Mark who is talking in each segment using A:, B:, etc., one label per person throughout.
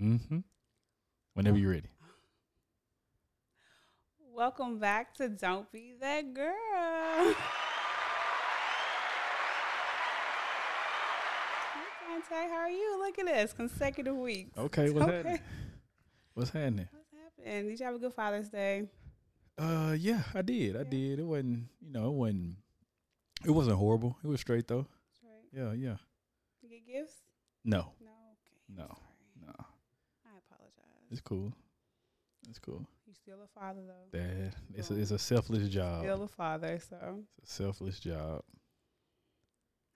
A: Mm-hmm. Whenever you're ready.
B: Welcome back to Don't Be That Girl. Hey, Contact, how are you? Look at this consecutive weeks.
A: Okay, what's
B: Okay.
A: happening? What's happening?
B: What's happening? Did you have a good Father's Day?
A: Uh, yeah, I did. I did. It wasn't, you know, it wasn't. It wasn't horrible. It was straight though.
B: Right?
A: Yeah, yeah.
B: You get gifts?
A: No,
B: No. Okay. I'm
A: No.
B: Sorry.
A: no,
B: I apologize.
A: it's cool. It's cool.
B: You still a father though.
A: Dad, it's a, it's a selfless job.
B: Still a father. So,
A: It's a selfless job.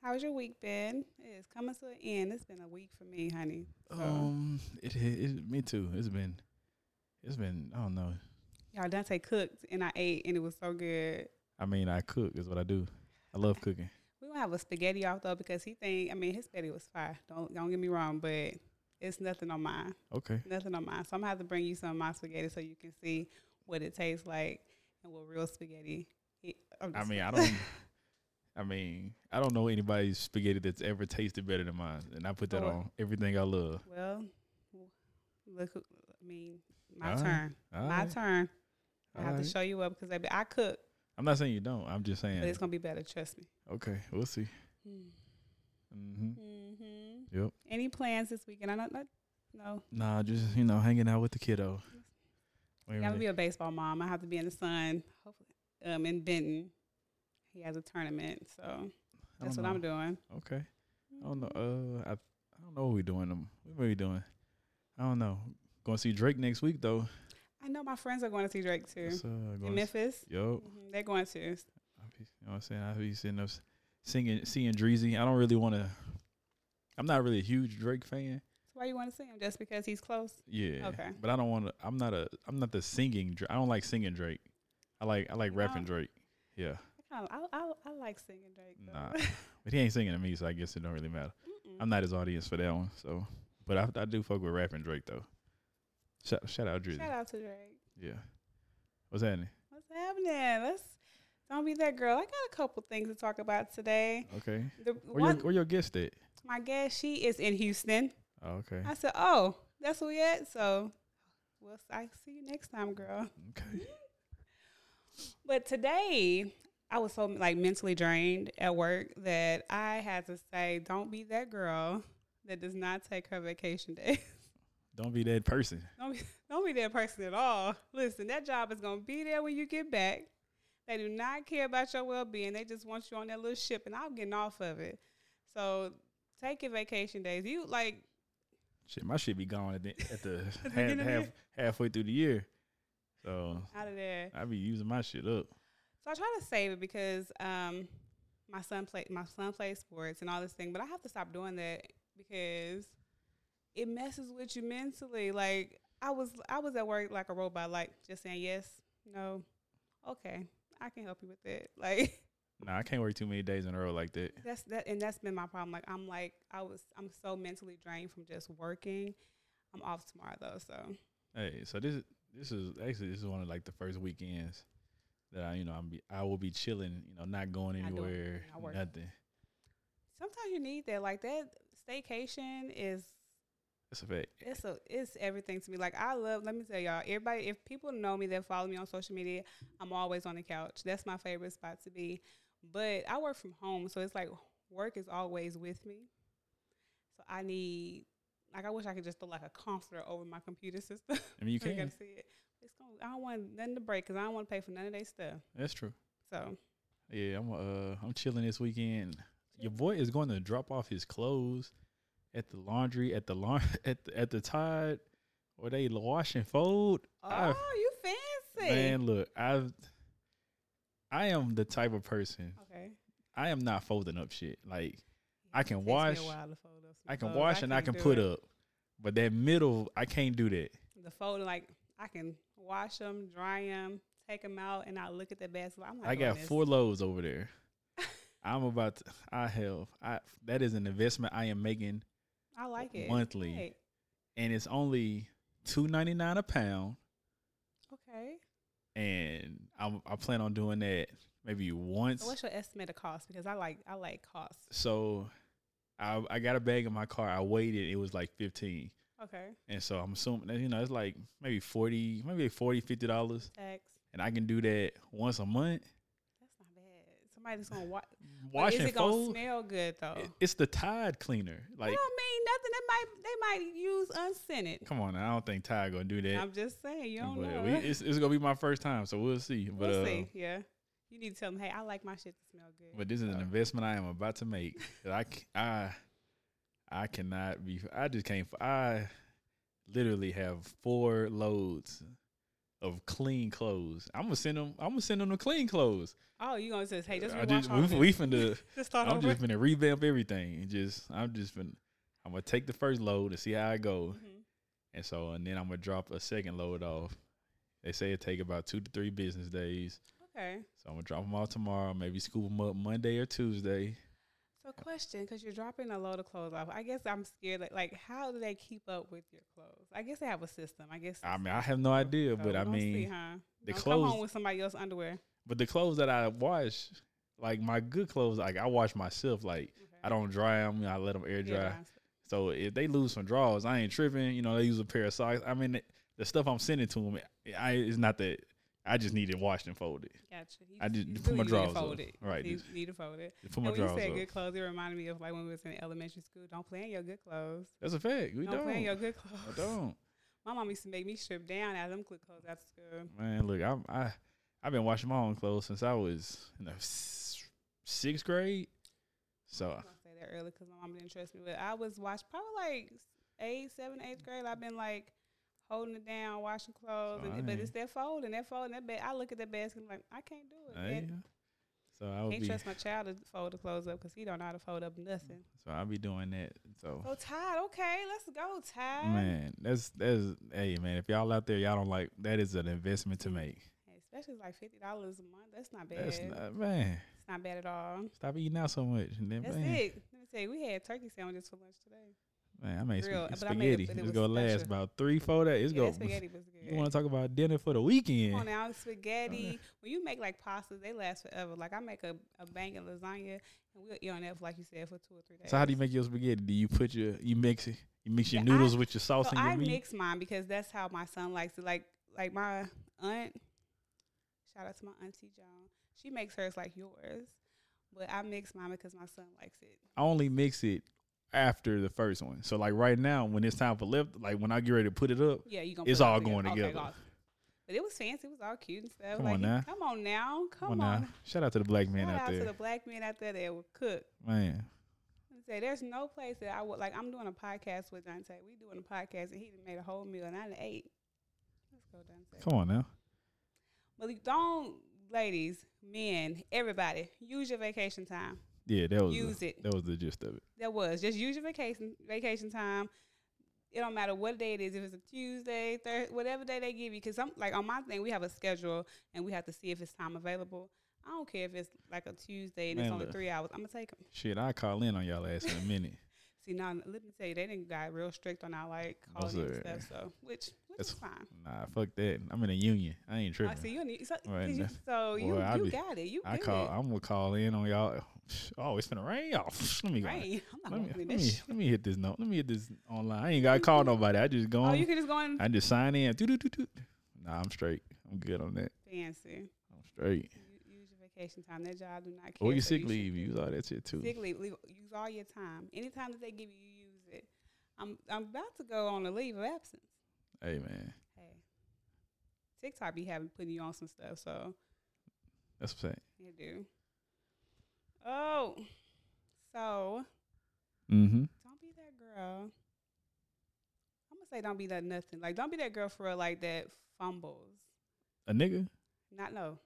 B: how's your week been? It is coming to an end. It's been a week for me, honey. So,
A: Um, it, it, it me too. It's been, it's been. I don't know.
B: y'all Dante cooked and I ate and it was so good.
A: I mean, I cook is what I do. I love cooking.
B: We gonna have a spaghetti off though because he think I mean his spaghetti was fire. Don't don't get me wrong, but it's nothing on mine.
A: Okay.
B: Nothing on mine. So I'm gonna have to bring you some of my spaghetti so you can see what it tastes like and what real spaghetti. It, I'm
A: I
B: just-
A: mean, I don't. I mean, I don't know anybody's spaghetti that's ever tasted better than mine, and I put that
B: Oh.
A: on everything I love.
B: well, w- look. who- I mean, my
A: All right.
B: turn. My
A: Alright.
B: turn. I have
A: Alright.
B: to show you up because I, be- I cook,
A: I'm not saying you don't. I'm just
B: but
A: saying.
B: it's gonna be better. Trust me.
A: Okay, we'll see. hmm
B: Mm-hmm.
A: Yep.
B: Any plans this weekend? I don't. not- No,
A: Nah, just you know, hanging out with the kiddo. We
B: I
A: ain't
B: gotta
A: really-
B: be a baseball mom. I have to be in the sun. Hopefully, um, in Benton, he has a tournament, so
A: I
B: that's
A: don't
B: what I'm doing.
A: know. Okay. I don't know. Uh, I, I don't know what we doing. Um, what are we doing? I don't know. Going to see Drake next week though.
B: I know my friends are going to see Drake too
A: That's, uh,
B: in
A: going to,
B: Memphis.
A: yo,
B: Mhm, They're going to.
A: I be- you know what I'm saying? I be sitting up s- singing, seeing Dreezy. I don't really want to. I'm not really a huge Drake fan.
B: So why you want to see him? Just because he's close?
A: Yeah.
B: Okay.
A: But I don't want to. I'm not a. I'm not the singing. Dra- I don't like singing Drake. I like. I like
B: You
A: rapping
B: don't?
A: Drake. Yeah.
B: I, kinda, I, I I like singing Drake. Though.
A: Nah. But he ain't singing to me, so I guess it don't really matter.
B: Mm-mm.
A: I'm not his audience for that one. So, but I, I do fuck with rapping Drake though. Shout, shout out Drizzy.
B: Shout out to Drake.
A: Yeah. What's happening?
B: What's happening? Let's don't be that girl. I got a couple things to talk about today.
A: Okay.
B: The
A: Where your,
B: one,
A: where your guest at?
B: my guest, she is in Houston.
A: Oh, okay.
B: I said, "Oh, that's where we at." So, we'll s- I see you next time, girl.
A: Okay.
B: But today, I was so like mentally drained at work that I had to say, "Don't be that girl that does not take her vacation days.
A: Don't be that person.
B: don't be, don't be that person at all. Listen, that job is gonna be there when you get back. They do not care about your well being. They just want you on that little ship, and I'm getting off of it. So, take your vacation days. You like
A: Shit, my shit be gone at the, at the half,
B: beginning of the
A: half,
B: year.
A: halfway through the year. So
B: out of there.
A: I be using my shit up.
B: So I try to save it because um, my son play my son plays sports and all this thing, but I have to stop doing that because it messes with you mentally. Like I was I was at work like a robot, like just saying yes, no, okay, I can help you with it. Like
A: Nah, I can't work too many days in a row like that.
B: that's that, and that's been my problem. Like I'm like I was I'm so mentally drained from just working. I'm off tomorrow though, so
A: Hey, so this is- this is actually this is one of like the first weekends that I you know I'm be, I will be chilling, you know, not going
B: Not doing
A: anywhere,
B: nothing, not working.
A: nothing.
B: sometimes you need that. Like that staycation is
A: That's a fact.
B: It's a, it's everything to me. Like I love. Let me tell y'all, everybody. If people know me that follow me on social media, I'm always on the couch. That's my favorite spot to be. But I work from home, so it's like work is always with me. So I need, like, I wish I could just throw like a comforter over my computer system.
A: I mean, you
B: so you
A: can.
B: gotta see it. It's gonna, I don't want nothing to break because I don't want to pay for none of their stuff.
A: That's true.
B: So
A: Yeah, I'm uh I'm chilling this weekend. Your boy is going to drop off his clothes at the laundry at the laun at the, at the Tide where they wash and fold.
B: oh,
A: I-
B: you fancy?
A: Man, look, I've I am the type of person.
B: okay.
A: I am not folding up shit. Like I
B: It
A: can
B: takes me a
A: wash-
B: while to fold up some
A: I can
B: clothes.
A: wash and I
B: can't
A: can
B: do
A: put
B: it.
A: up, but that middle I can't do that.
B: the folding, like I can wash them, dry them, take them out, and I look at the basket. I'm like,
A: I got four loads over there. I'm about to, I have I that is an investment I am making
B: I like it
A: monthly.
B: Right.
A: and it's only two ninety nine a pound
B: Okay.
A: and I'm, I plan on doing that maybe once.
B: So what's your estimated cost? Because I like I like costs.
A: So I I got a bag in my car. I waited. It was like fifteen.
B: Okay.
A: And so I'm assuming that, you know, it's like maybe 40, maybe 40, 50 dollars.
B: Tax.
A: And I can do that once a month.
B: That's not bad. Somebody's gonna wa- But
A: Wash
B: Is
A: and
B: it gonna
A: fold.
B: smell good though?
A: It- It's the Tide cleaner.
B: I
A: Like,
B: don't mean nothing. They might they might use unscented.
A: come on, now, I don't think Tide gonna do that.
B: I'm just saying you don't know.
A: But we, it's, it's gonna be my first time, so we'll see. But
B: we'll
A: uh,
B: see. Yeah. You need to tell them, hey, I like my shit to smell good.
A: but this is an investment I am about to make. that I c- I I cannot be. I just can't. f- I literally have four loads of clean clothes. I'm gonna send them. I'm gonna send them the clean clothes.
B: oh, you gonna just hey, just
A: I
B: rewash
A: just,
B: all
A: we,
B: this.
A: we finna.
B: just start
A: I'm
B: over.
A: just gonna revamp everything. And just I'm just finna. I'm gonna take the first load and see how I go,
B: Mhm.
A: and so and then I'm gonna drop a second load off. They say it take about two to three business days,
B: Okay.
A: so I'm gonna drop them off tomorrow. Maybe scoop them up Monday or Tuesday.
B: So question, because you're dropping a load of clothes off. I guess I'm scared. Like, like, how do they keep up with your clothes? I guess they have a system. I guess.
A: I
B: it's-
A: mean, I have no idea,
B: so
A: but I
B: we're gonna see,
A: mean,
B: huh?
A: the
B: Don't come
A: clothes-
B: home with somebody else's underwear.
A: but the clothes that I wash, like my good clothes, like I wash myself. Like
B: Okay.
A: I don't dry them; I let them air
B: Yeah,
A: dry.
B: dry.
A: So if they lose some draws, I ain't tripping. You know, they use a pair of socks. I mean, the, the stuff I'm sending to them, I it's not that. I just need it washed and folded.
B: Gotcha. You
A: I
B: just-
A: just
B: you
A: put my
B: really need to
A: drawers up.
B: fold it.
A: Right,
B: You
A: just-
B: need to fold it.
A: Put my
B: and when
A: drawers
B: you said
A: up.
B: good clothes, it reminded me of like when we was in elementary school. Don't plan your good clothes.
A: That's a fact. We
B: don't,
A: don't.
B: plan your good
A: I
B: clothes.
A: don't.
B: My mom used to make me strip down out of them good clothes after school.
A: Man, look, I'm I, I've been washing my own clothes since I was in the s- sixth grade. So
B: I'm gonna say that early because my mom didn't trust me. But I was watched probably like eight, seven, eighth grade. I've been like holding it down, washing clothes,
A: So, I
B: and, but
A: mean-
B: it's that folding, that folding, that bed. I look at that basket and I'm like, I can't do it.
A: I,
B: man.
A: uh, so I would
B: Can't
A: be.
B: trust my child to fold the clothes up because he don't know how to fold up nothing.
A: So I'll be doing that. So
B: So Todd, okay, let's go, Todd.
A: Oh. man, that's that's hey man, if y'all out there y'all don't like that is an investment to make.
B: Hey, Especially like fifty dollars a month. That's not bad.
A: That's not man.
B: it's not bad at all.
A: Stop eating out so much. And then
B: That's
A: man,
B: it. Let me tell you, we had turkey sandwiches for lunch today.
A: man, I made sp-
B: Real, but I made
A: spaghetti.
B: it, but it
A: it's
B: was
A: gonna last
B: special.
A: about three, four days. It's
B: Yeah,
A: go.
B: that spaghetti was good.
A: You want to talk about dinner for the weekend?
B: Come on now, spaghetti. When you make like pastas, they last forever. Like I make a, a bang of lasagna, and we'll eat on that for like you said for two or three days.
A: So how do you make your spaghetti? Do you put your you mix it? You mix your
B: Yeah, I-
A: noodles with your sauce
B: So
A: and your
B: I
A: meat.
B: mix mine because that's how my son likes it. Like like my aunt, shout out to my auntie Joan. She makes hers like yours, but I mix mine because my son likes it.
A: I only mix it after the first one. So like right now, when it's time for left, like when I get ready to put it up,
B: Yeah, you gonna.
A: It's
B: put it
A: all
B: together.
A: going
B: Okay,
A: together.
B: awesome. But it was fancy. It was all cute and stuff.
A: Come
B: like,
A: on
B: he-
A: now.
B: Come on now. Come
A: well,
B: on.
A: nah, shout out to the black man
B: Shout
A: out
B: out to
A: there,
B: the black men out there that would cook.
A: man.
B: Let me Say, there's no place that I would like. I'm doing a podcast with Dante. We doing a podcast, and he done made a whole meal, and I done ate. Let's go, Dante.
A: Come on now.
B: But you don't, ladies, men, everybody, use your vacation time.
A: Yeah, that was
B: Use
A: the,
B: it.
A: that was the gist of it.
B: That was just use your vacation vacation time. It don't matter what day it is, if it's a Tuesday, Thursday, whatever day they give you. Because I'm like on my thing, we have a schedule, and we have to see if it's time available. I don't care if it's like a Tuesday and it's
A: Man,
B: only
A: look.
B: three hours. I'm gonna take 'em.
A: Shit, I call in on y'all ass in a minute.
B: See now, let me tell you, they didn't got real strict on our like
A: That's
B: calling and
A: alright.
B: stuff. So which which
A: That's
B: is fine.
A: Nah, fuck that. I'm in a union. I ain't
B: I
A: tripping.
B: see you need so,
A: Right,
B: 'cause you,
A: nah.
B: so you
A: Boy, I
B: you
A: be-
B: got it. You
A: I
B: good.
A: call. I'm gonna call in on y'all. Oh, it's gonna rain. Oh, let me go.
B: Right. I'm
A: Let
B: not
A: me,
B: opening
A: let,
B: that
A: me,
B: shit.
A: let me hit this note. Let me hit this online. I ain't gotta call nobody. I just go
B: Oh,
A: on.
B: you can just go in
A: I just sign in. Doo, doo, doo, doo. Nah, I'm straight. I'm good on that.
B: fancy.
A: I'm straight.
B: You, use your vacation time. That job do not care.
A: Or you
B: so
A: sick
B: should
A: leave.
B: do
A: Use all that shit too.
B: Sick leave. leave- Use all your time. Anytime that they give you, you use it. I'm I'm about to go on a leave of absence.
A: Hey man,
B: Hey, TikTok be having putting you on some stuff, so
A: that's what I'm
B: you do. Oh, so
A: saying. Mm-hmm.
B: don't be that girl. I'm gonna say don't be that nothing. Like don't be that girl for real, like that fumbles.
A: A nigga.
B: Not no.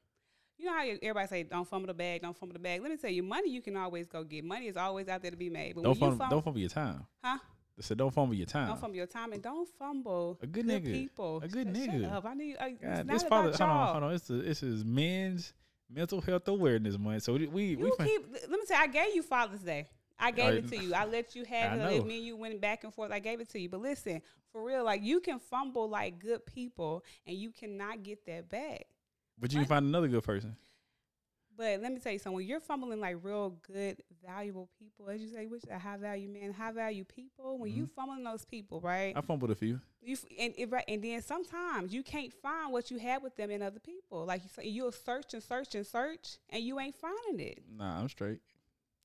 B: You know how you- everybody say don't fumble the bag, don't fumble the bag. Let me tell you, money you can always go get. Money is always out there to be made. But
A: Don't
B: when
A: fumble. Don't
B: you fumble,
A: fumble your time.
B: huh?
A: They said don't fumble your time.
B: Don't fumble your time and don't fumble
A: a good
B: good
A: nigga.
B: people.
A: A good
B: Shut- shut
A: nigga.
B: up. I need. I,
A: God,
B: it's
A: this
B: not
A: father. Hold
B: about y'all.
A: on, hold on. It's the, this is men's mental health awareness month. So we we, we
B: You
A: fin-
B: keep. Let me say, I gave you Father's Day. I gave
A: I-
B: it to you. I let you have
A: I
B: it. I let
A: know.
B: me and you went back and forth. I gave it to you. But listen, for real, like you can fumble like good people, and you cannot get that back.
A: but you can find another good person.
B: But let me tell you something. When you're fumbling like real good, valuable people, as you say, which are high value men, high value people. When you
A: Mm-hmm.
B: fumbling those people, right?
A: I fumbled a few.
B: You f- and it, right, and then sometimes you can't find what you had with them in other people. Like you say, you'll search and search and search, and you ain't finding it.
A: Nah, I'm straight.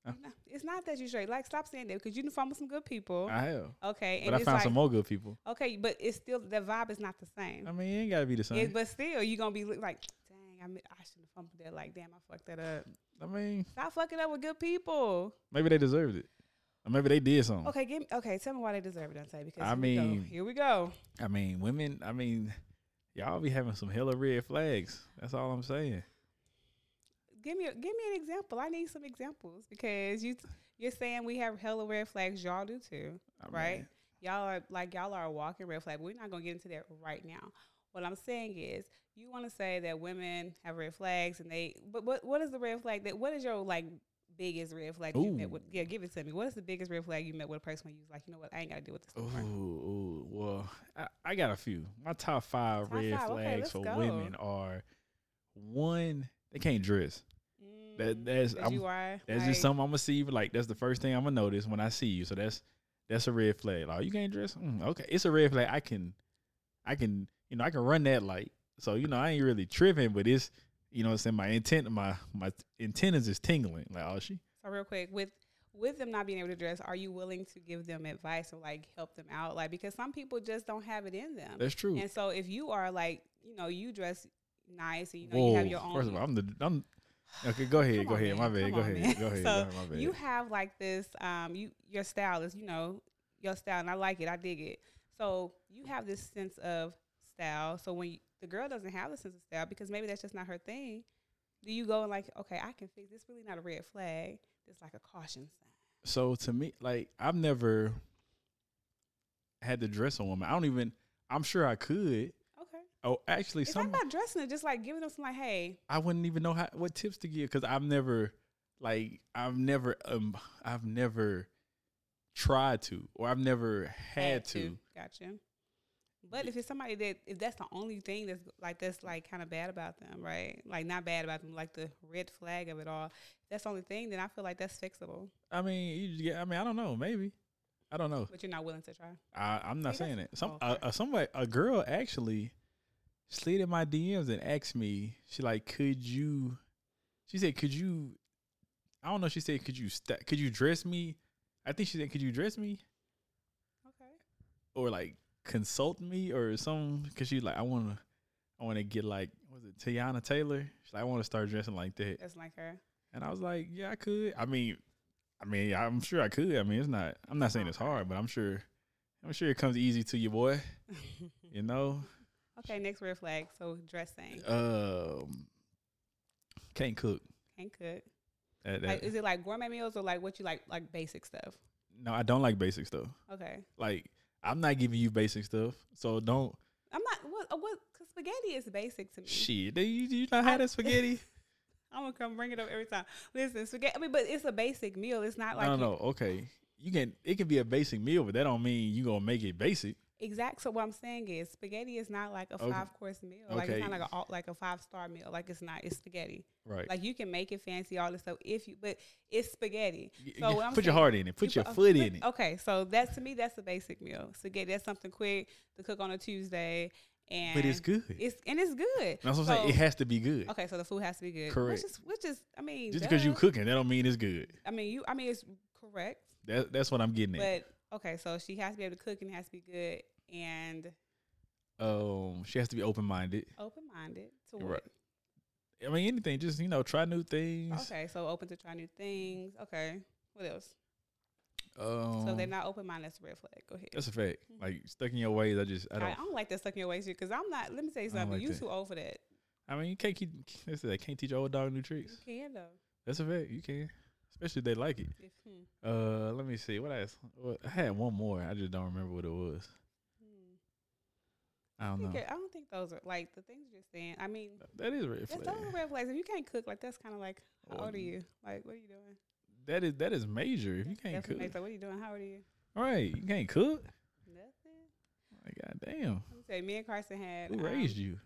B: No, It's not that you straight. Like stop saying that because you can fumble some good people.
A: I have,
B: okay, Oh. and
A: but I
B: it's
A: found
B: like
A: some more good people.
B: okay, but it's still the vibe is not the same.
A: I mean, it ain't gotta be the same.
B: It- but still, you're gonna be look like, dang, I, mi- I should have fumbled that. Like, damn, I fucked that up.
A: I mean,
B: Stop fucking up with good people.
A: maybe they deserved it, or maybe they did something.
B: Okay, give me, okay. Tell me why they deserve it, Dante. Because
A: I
B: here we go.
A: mean-
B: here we go.
A: I mean, women. I mean, y'all be having some hella red flags. That's all I'm saying.
B: Give me a, give me an example. I need some examples because you you're saying we have hella red flags. Y'all do too,
A: I
B: right?
A: mean,
B: Y'all are like y'all are a walking red flag. We're not gonna get into that right now. What I'm saying is, you want to say that women have red flags, and they. But what what is the red flag that? What is your like biggest red flag you
A: Ooh.
B: met with? Yeah, give it to me. What is the biggest red flag you met with a person when you was like, you know what, I ain't gotta deal with this.
A: Ooh,
B: no more.
A: ooh, well, I, I got a few. My top five
B: Top
A: red
B: five, okay,
A: flags
B: let's
A: for
B: go.
A: women are one, they can't dress. That
B: Mm,
A: that's
B: that
A: I'm,
B: you are.
A: that's
B: like,
A: just something I'm gonna see. Like that's the first thing I'm gonna notice when I see you. So that's that's a red flag. Like you can't dress. Mm, okay, it's a red flag. I can, I can, you know, I can run that light. So you know, I ain't really tripping, but it's you know, what I'm saying my intent, my my antennas is tingling. Like oh, she
B: So real quick with with them not being able to dress, are you willing to give them advice or like help them out? Like because some people just don't have it in them.
A: that's true.
B: And so if you are like, you know, you dress nice and you know you have your own
A: First of all, I'm the I'm. Okay, go ahead,
B: Come
A: go
B: on,
A: ahead.
B: man.
A: My bad.
B: Come
A: Go
B: on,
A: ahead.
B: man.
A: Go ahead.
B: So,
A: go ahead. My bad.
B: you have like this um you your style is, you know, your style and I like it. I dig it. So you have this sense of style. So when you, the girl doesn't have the sense of style because maybe that's just not her thing, do you go and like, okay, I can fix this really not a red flag. It's like a caution sign.
A: so to me, like I've never had to dress a woman. I don't even. I'm sure I could.
B: Okay.
A: Oh, actually,
B: It's
A: some
B: not about dressing it, just like giving them some like, hey,
A: I wouldn't even know how what tips to give because I've never like I've never um I've never tried to or I've never had, to.
B: Gotcha. But if it's somebody that if that's the only thing that's like that's like kind of bad about them, right? Like not bad about them, like the red flag of it all. If that's the only thing, then I feel like that's fixable.
A: I mean, you just get, I mean, I don't know. Maybe I don't know.
B: But you're not willing to try.
A: I, I'm not
B: See, that's-
A: saying it. Some
B: oh,
A: uh,
B: sorry.
A: uh, somebody a girl actually slid in my DMs and asked me. She like, could you? She said, could you? I don't know. She said, could you? St- could you dress me? I think she said, could you dress me?
B: Okay.
A: or like consult me or some because she like I want to I want to get like was it Tiana Taylor? She's like I want to start dressing like that,
B: That's like her.
A: and I was like, yeah, I could. I mean, I mean, I'm sure I could. I mean, it's not. I'm not saying it's hard, but I'm sure. I'm sure it comes easy to you, boy. You know,
B: okay, next red flag. So dressing.
A: um, can't cook.
B: Can't cook.
A: That- that-
B: Like is it like gourmet meals or like what you like like basic stuff?
A: no, I don't like basic stuff.
B: Okay.
A: Like I'm not giving you basic stuff, so don't.
B: I'm not what uh, what cause spaghetti is basic to me.
A: Shit, do you, do you not have that spaghetti?
B: I'm gonna come bring it up every time. Listen, spaghetti I mean, but it's a basic meal. It's not like
A: no,
B: you-
A: no, no. Okay, you can. It can be a basic meal, but that don't mean you gonna make it basic.
B: Exact. So what I'm saying is, spaghetti is not like a
A: Okay.
B: five course meal. Like it's
A: Okay.
B: not like a all- like a five star meal. Like it's not. It's spaghetti.
A: Right.
B: Like you can make it fancy, all this stuff. If you, but it's spaghetti.
A: Y-
B: So
A: y-
B: what I'm
A: put your
B: saying-
A: heart in it. Put
B: You
A: your
B: put a
A: foot
B: foot-
A: in it.
B: Okay, so that's to me, that's a basic meal. Spaghetti. That's something quick to cook on a Tuesday, and
A: But it's good.
B: It's and it's good.
A: That's what I'm saying. It
B: So-
A: has to be good.
B: okay, so the food has to be good.
A: Correct.
B: Which is which is I mean
A: Just because you
B: duh.
A: cooking, that don't mean it's good.
B: I mean you. I mean it's correct,
A: That, that's what I'm getting at.
B: but okay, so she has to be able to cook and it has to be good and
A: Um, she has to be open minded.
B: open minded to
A: Right.
B: what.
A: I mean, anything. Just you know, try new things.
B: Okay, so open to try new things. Okay, what else?
A: Um,
B: so if they're not Mm-hmm. open minded, that's a red flag. Go ahead.
A: That's a fact. Like stuck in your ways. I just I
B: I
A: don't.
B: don't, I don't like that stuck in your waist because I'm not. Let me tell you
A: I don't
B: something.
A: like
B: you
A: that.
B: too old for that.
A: I mean, you can't keep. That's it. I can't teach old dog new
B: You
A: tricks.
B: can though.
A: That's a fact. You can, especially if they like it.
B: If, hmm,
A: Uh, let me see. What I what, I had one more. I just don't remember what it was.
B: hmm.
A: I don't
B: You
A: know.
B: can- I don't think those are like the things you're saying. I mean,
A: That is red
B: that's
A: flag. Oh,
B: those are red flags. If you can't cook, like that's kind of like how
A: Well,
B: old are you? Like what are you doing?
A: That is that is major. If you
B: That's
A: can't cook,
B: definitely- Like what are you doing? How old are you?
A: right? You can't cook.
B: Nothing.
A: Like, God damn,
B: Let me tell you, me and Carson had.
A: who
B: um,
A: raised you?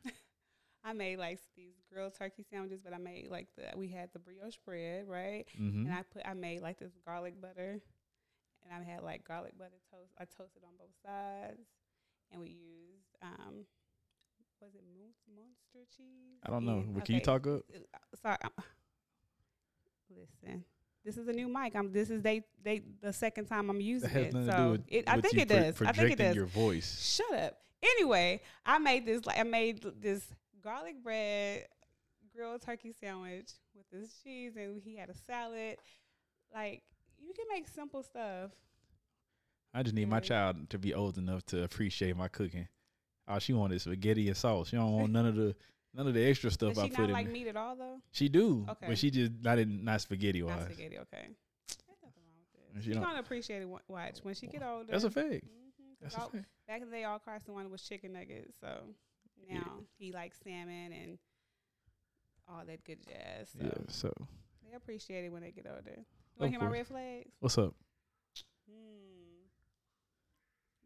B: I made like these grilled turkey sandwiches, but I made like the we had the brioche bread, right?
A: Mm-hmm.
B: And I put I made like this garlic butter, and I had like garlic butter toast. I toasted on both sides, and we used um, was it mon- monster cheese?
A: I don't know.
B: Yeah,
A: But Can you
B: okay.
A: talk up?
B: Uh, Sorry. I'm- Listen, this is a new mic. I'm. This is they they the second time I'm using
A: That has
B: it.
A: nothing
B: so
A: to do with.
B: it, I
A: with
B: think
A: you
B: it
A: pro-
B: does. I
A: Projecting
B: think it does.
A: your voice.
B: Shut up. Anyway, I made this like I made this garlic bread grilled turkey sandwich with this cheese and he had a salad. Like you can make simple stuff.
A: I just need my
B: Right.
A: child to be old enough to appreciate my cooking. Oh, she wanted spaghetti and sauce. She don't want none of the none of the extra stuff
B: Does
A: I
B: she
A: put
B: not
A: in.
B: like
A: it.
B: meat at all though?
A: She do,
B: Okay.
A: but she just not in not spaghetti
B: Not
A: wise.
B: spaghetti, okay. There's nothing wrong with
A: And
B: this.
A: she
B: She's
A: don't-
B: gonna appreciate it. wa- Watch when she get older.
A: That's a fact.
B: Mhm, 'cause
A: That's a
B: all-
A: fact.
B: back in the day, all Carson wanted was chicken nuggets. So now
A: Yeah.
B: he likes salmon and all that good jazz. So
A: Yeah. So
B: they appreciate it when they get older. You
A: Of
B: want to hear my
A: course.
B: red flags?
A: what's up?
B: Hmm.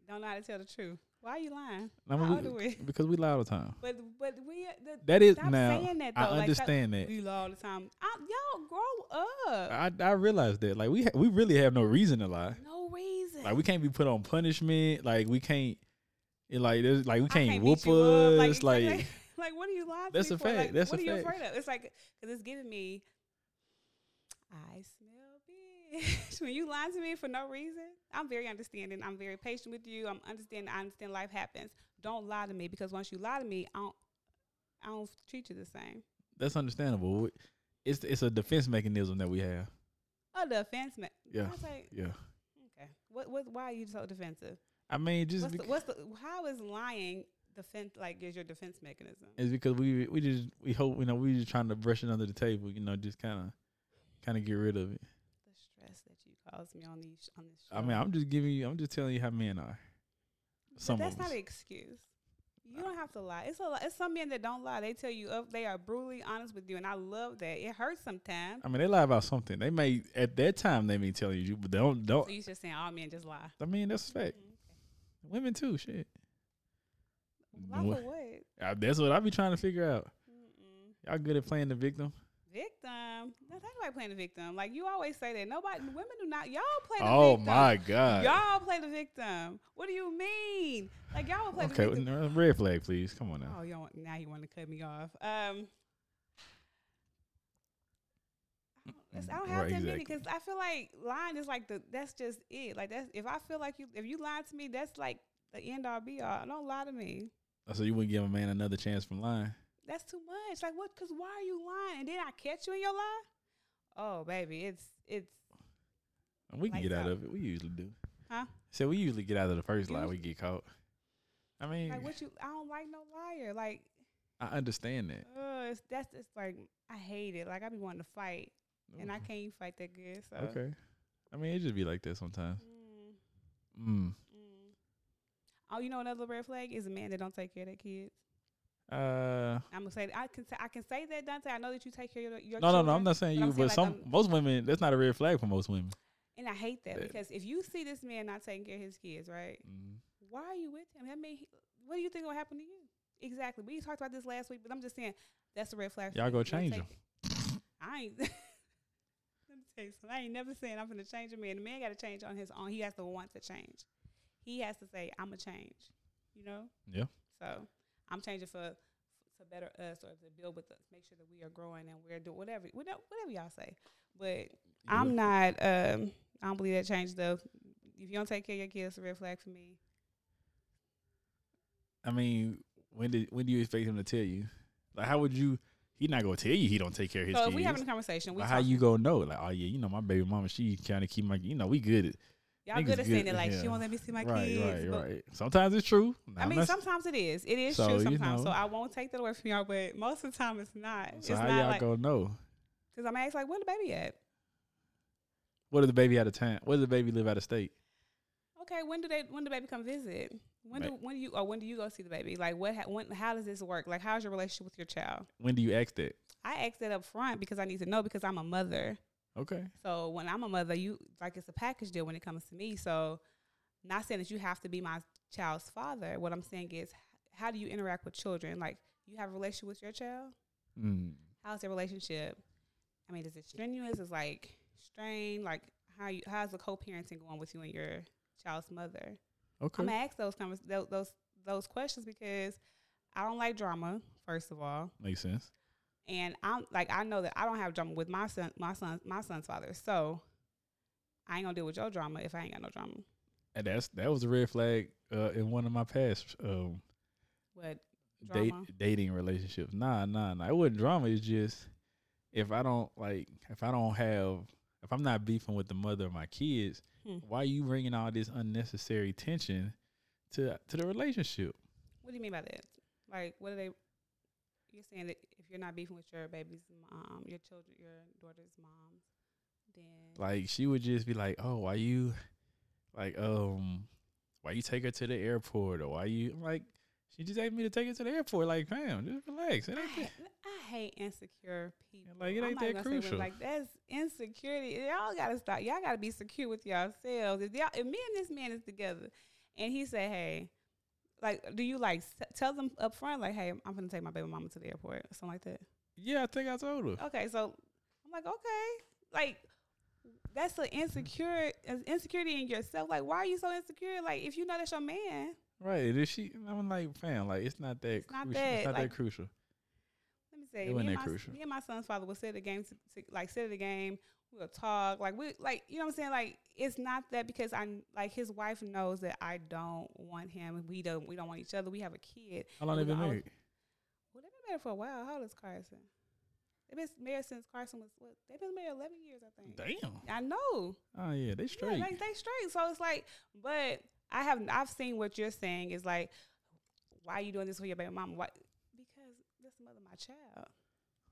B: Don't know how to tell the truth. Why are you lying?
A: I'm
B: How
A: a-
B: old are we?
A: Because we lie all the time.
B: But but we uh, the,
A: That is
B: stop
A: now.
B: saying that though.
A: I
B: Like, stop-
A: understand that.
B: we lie all the time. I, y'all grow up.
A: I I realize that. Like we ha- we really have no reason to lie.
B: no reason.
A: Like we can't be put on punishment. Like we can't. It like there's like we
B: I
A: can't,
B: can't beat
A: whoop
B: you up. Like,
A: us. Like,
B: exactly. like what are you lying
A: That's
B: to
A: a
B: me for? Like,
A: fact. That's
B: what
A: a
B: are you
A: fact.
B: afraid of? It's like because it's giving me. I smell bitch. when you lie to me for no reason, I'm very understanding. I'm very patient with you. I'm understanding. I understand life happens. Don't lie to me because once you lie to me, I don't. I don't treat you the same.
A: that's understandable. We- It's it's a defense mechanism that we have.
B: Oh, the offense, man.
A: Yeah.
B: I was like,
A: Yeah.
B: okay. What? What? Why are you so defensive?
A: I mean, just
B: What's the,
A: beca-
B: what's the? How is lying defense? Like, is your defense mechanism?
A: it's because we we just we hope you know we just trying to brush it under the table. You know, just kind of kind of get rid of it.
B: The stress that you caused me on these on this.
A: I mean, I'm just giving you. I'm just telling you how men are. Some
B: But that's
A: of
B: not
A: us.
B: an excuse. You don't have to lie. It's a lot. It's some men that don't lie. They tell you up. They are brutally honest with you, and I love that. It hurts sometimes.
A: I mean, they lie about something. They may at that time they may tell you, but they don't
B: So
A: don't.
B: you just saying all men just lie.
A: I mean, that's a fact. Women too. Shit.
B: Mm-hmm. Lie
A: What?
B: for what?
A: I, that's what I be trying to figure out.
B: Mm-mm.
A: Y'all good at playing the victim?
B: Victim. That's everybody playing the victim. Like you always say that. Nobody. Women do not. Y'all play the
A: oh
B: victim.
A: my god.
B: Y'all play the victim. What do you mean? Like y'all would play
A: okay,
B: the victim.
A: no, red flag, please. Come on now.
B: Oh, y'all want, now you want to cut me off. Um, I don't- it's- I don't have
A: Right,
B: to admit
A: exactly.
B: because I feel like lying is like the that's just it. Like that's if I feel like you if you lied to me, that's like the end all be all. Don't lie to me.
A: So you wouldn't give a man another chance from lying?
B: That's too much. Like what? Because why are you lying? And then I catch you in your lie. Oh baby, it's it's
A: We can
B: Lights
A: get out
B: out.
A: of it. We usually do.
B: Huh?
A: So we usually get out of the first lie. We get caught. I mean,
B: like what you. I don't like no liar. Like
A: I understand that.
B: uh, it's, that's just like I hate it. Like I be wanting to fight, and I can't even fight that good. So
A: Mm. Okay. I mean, it just be like that sometimes.
B: Mm.
A: Mm.
B: Mm. Oh, you know another red flag is a man that don't take care of their kids.
A: Uh,
B: I'm gonna say I can say, I can say that Dante. I know that you take care of your, your
A: no, no, no. I'm
B: children,
A: not saying
B: but I'm
A: you,
B: saying,
A: but
B: like,
A: some
B: I'm-
A: most women. That's not a red flag for most women.
B: and I hate that
A: Yeah.
B: because if you see this man not taking care of his kids, right?
A: Mm.
B: Why are you with him? That mean, he- what do you think will happen to you? Exactly. We talked about this last week, but I'm just saying that's a red flag. for
A: Y'all
B: me.
A: go
B: You don't
A: change
B: take it. I ain't. Let me tell you something. I ain't never saying I'm gonna change a man. The man got to change on his own. He has to want to change. He has to say, "I'm gonna change." You know.
A: Yeah.
B: So I'm changing for to better us or to build with us, make sure that we are growing and we're doing whatever, whatever, whatever y'all say. But I'm not. Um, I don't believe that changed though. If you don't take care of your kids, it's a red flag for me.
A: I mean, when did when do you expect him to tell you? Like, how would you? He not gonna tell you he don't take care of his
B: so if
A: kids.
B: we having a conversation, we
A: But how
B: talking-
A: you gonna know? Like, oh yeah, you know my baby mama, she trying to keep my, you know, we good at
B: y'all
A: niggas
B: good at saying
A: good-
B: it like
A: yeah.
B: she won't let me see my
A: right,
B: kids.
A: right,
B: but-
A: right. Sometimes it's true.
B: I
A: I'm
B: mean,
A: not-
B: sometimes it is. It is
A: So,
B: true
A: you
B: sometimes.
A: know.
B: So I won't take that away from y'all, but most of the time it's not.
A: so
B: it's
A: how
B: not
A: y'all
B: like
A: gonna know?
B: because I'm asked like, where the baby at?
A: What if the baby out of town? What if the baby live out of state?
B: Okay, when do they? When do baby come visit? When
A: Ma-
B: do when do you or when do you go see the baby? Like what? ha- When? How does this work? Like how's your relationship with your child?
A: When do you ask that?
B: I asked that up front because I need to know because I'm a mother.
A: Okay,
B: So when I'm a mother, you like it's a package deal when it comes to me. So not saying that you have to be my child's father. What I'm saying is how do you interact with children? Like You have a relationship with your child?
A: Mm.
B: How's their relationship? I mean, is it strenuous? Is like strained? Like how you how's the co-parenting going with you and your child's mother?
A: Okay.
B: I'm gonna ask those convers- those, those those questions because I don't like drama. First of all,
A: Makes sense.
B: and I'm like I know that I don't have drama with my son, my son, my son's father. So I ain't gonna deal with your drama if I ain't got no drama.
A: And that's that was a red flag uh, in one of my past um,
B: What
A: date
B: Drama.
A: dating relationships. Nah, nah, nah. It wasn't drama. It's just if I don't like, if I don't have, if I'm not beefing with the mother of my kids,
B: Hmm.
A: why you bringing all this unnecessary tension to to the relationship?
B: What do you mean by that? Like what are they? You're saying that if you're not beefing with your baby's mom, your children, your daughter's mom, then
A: Like she would just be like, "Oh, why you, like, um, why you take her to the airport or why you I'm like?" She just asked me to take her to the airport. Like, fam, just relax. It
B: I,
A: ain't that.
B: ha- I hate insecure people.
A: Like, it
B: I'm
A: ain't
B: not
A: that
B: gonna say
A: crucial.
B: Like that's insecurity. Y'all gotta stop. Y'all gotta be secure with yourselves. If y'all, if me and this man is together, and he say, "Hey," like, do you like s- tell them up front, like, "Hey, I'm gonna take my baby mama to the airport," or something like that?
A: Yeah, I think I told her.
B: Okay, so I'm like, okay, like that's an insecure an insecurity in yourself. Like, why are you so insecure? Like, if you know that's your man,
A: Right. And if she, I'm like, fam, like, it's not that
B: It's not
A: crucial.
B: that,
A: it's not
B: like-
A: that crucial.
B: let me say,
A: It wasn't
B: me and,
A: that
B: my,
A: crucial.
B: me and my son's father will sit at the game, to, to, like sit at the game. We'll talk, like we, like you know what I'm saying. Like it's not that because I'm like his wife knows that I don't want him. We don't, we don't want each other. We have a kid.
A: How long
B: It
A: have you
B: was
A: been
B: all-
A: married?
B: Well, they've been married for a while. How old is Carson? They've been married since Carson was. What, they've been married 11 years, I think.
A: Damn.
B: I know.
A: Oh yeah, they straight.
B: Yeah, like they straight. So it's like, but I have I've seen what you're saying is like, why you doing this for your baby mama? Why? Because that's the mother of my child.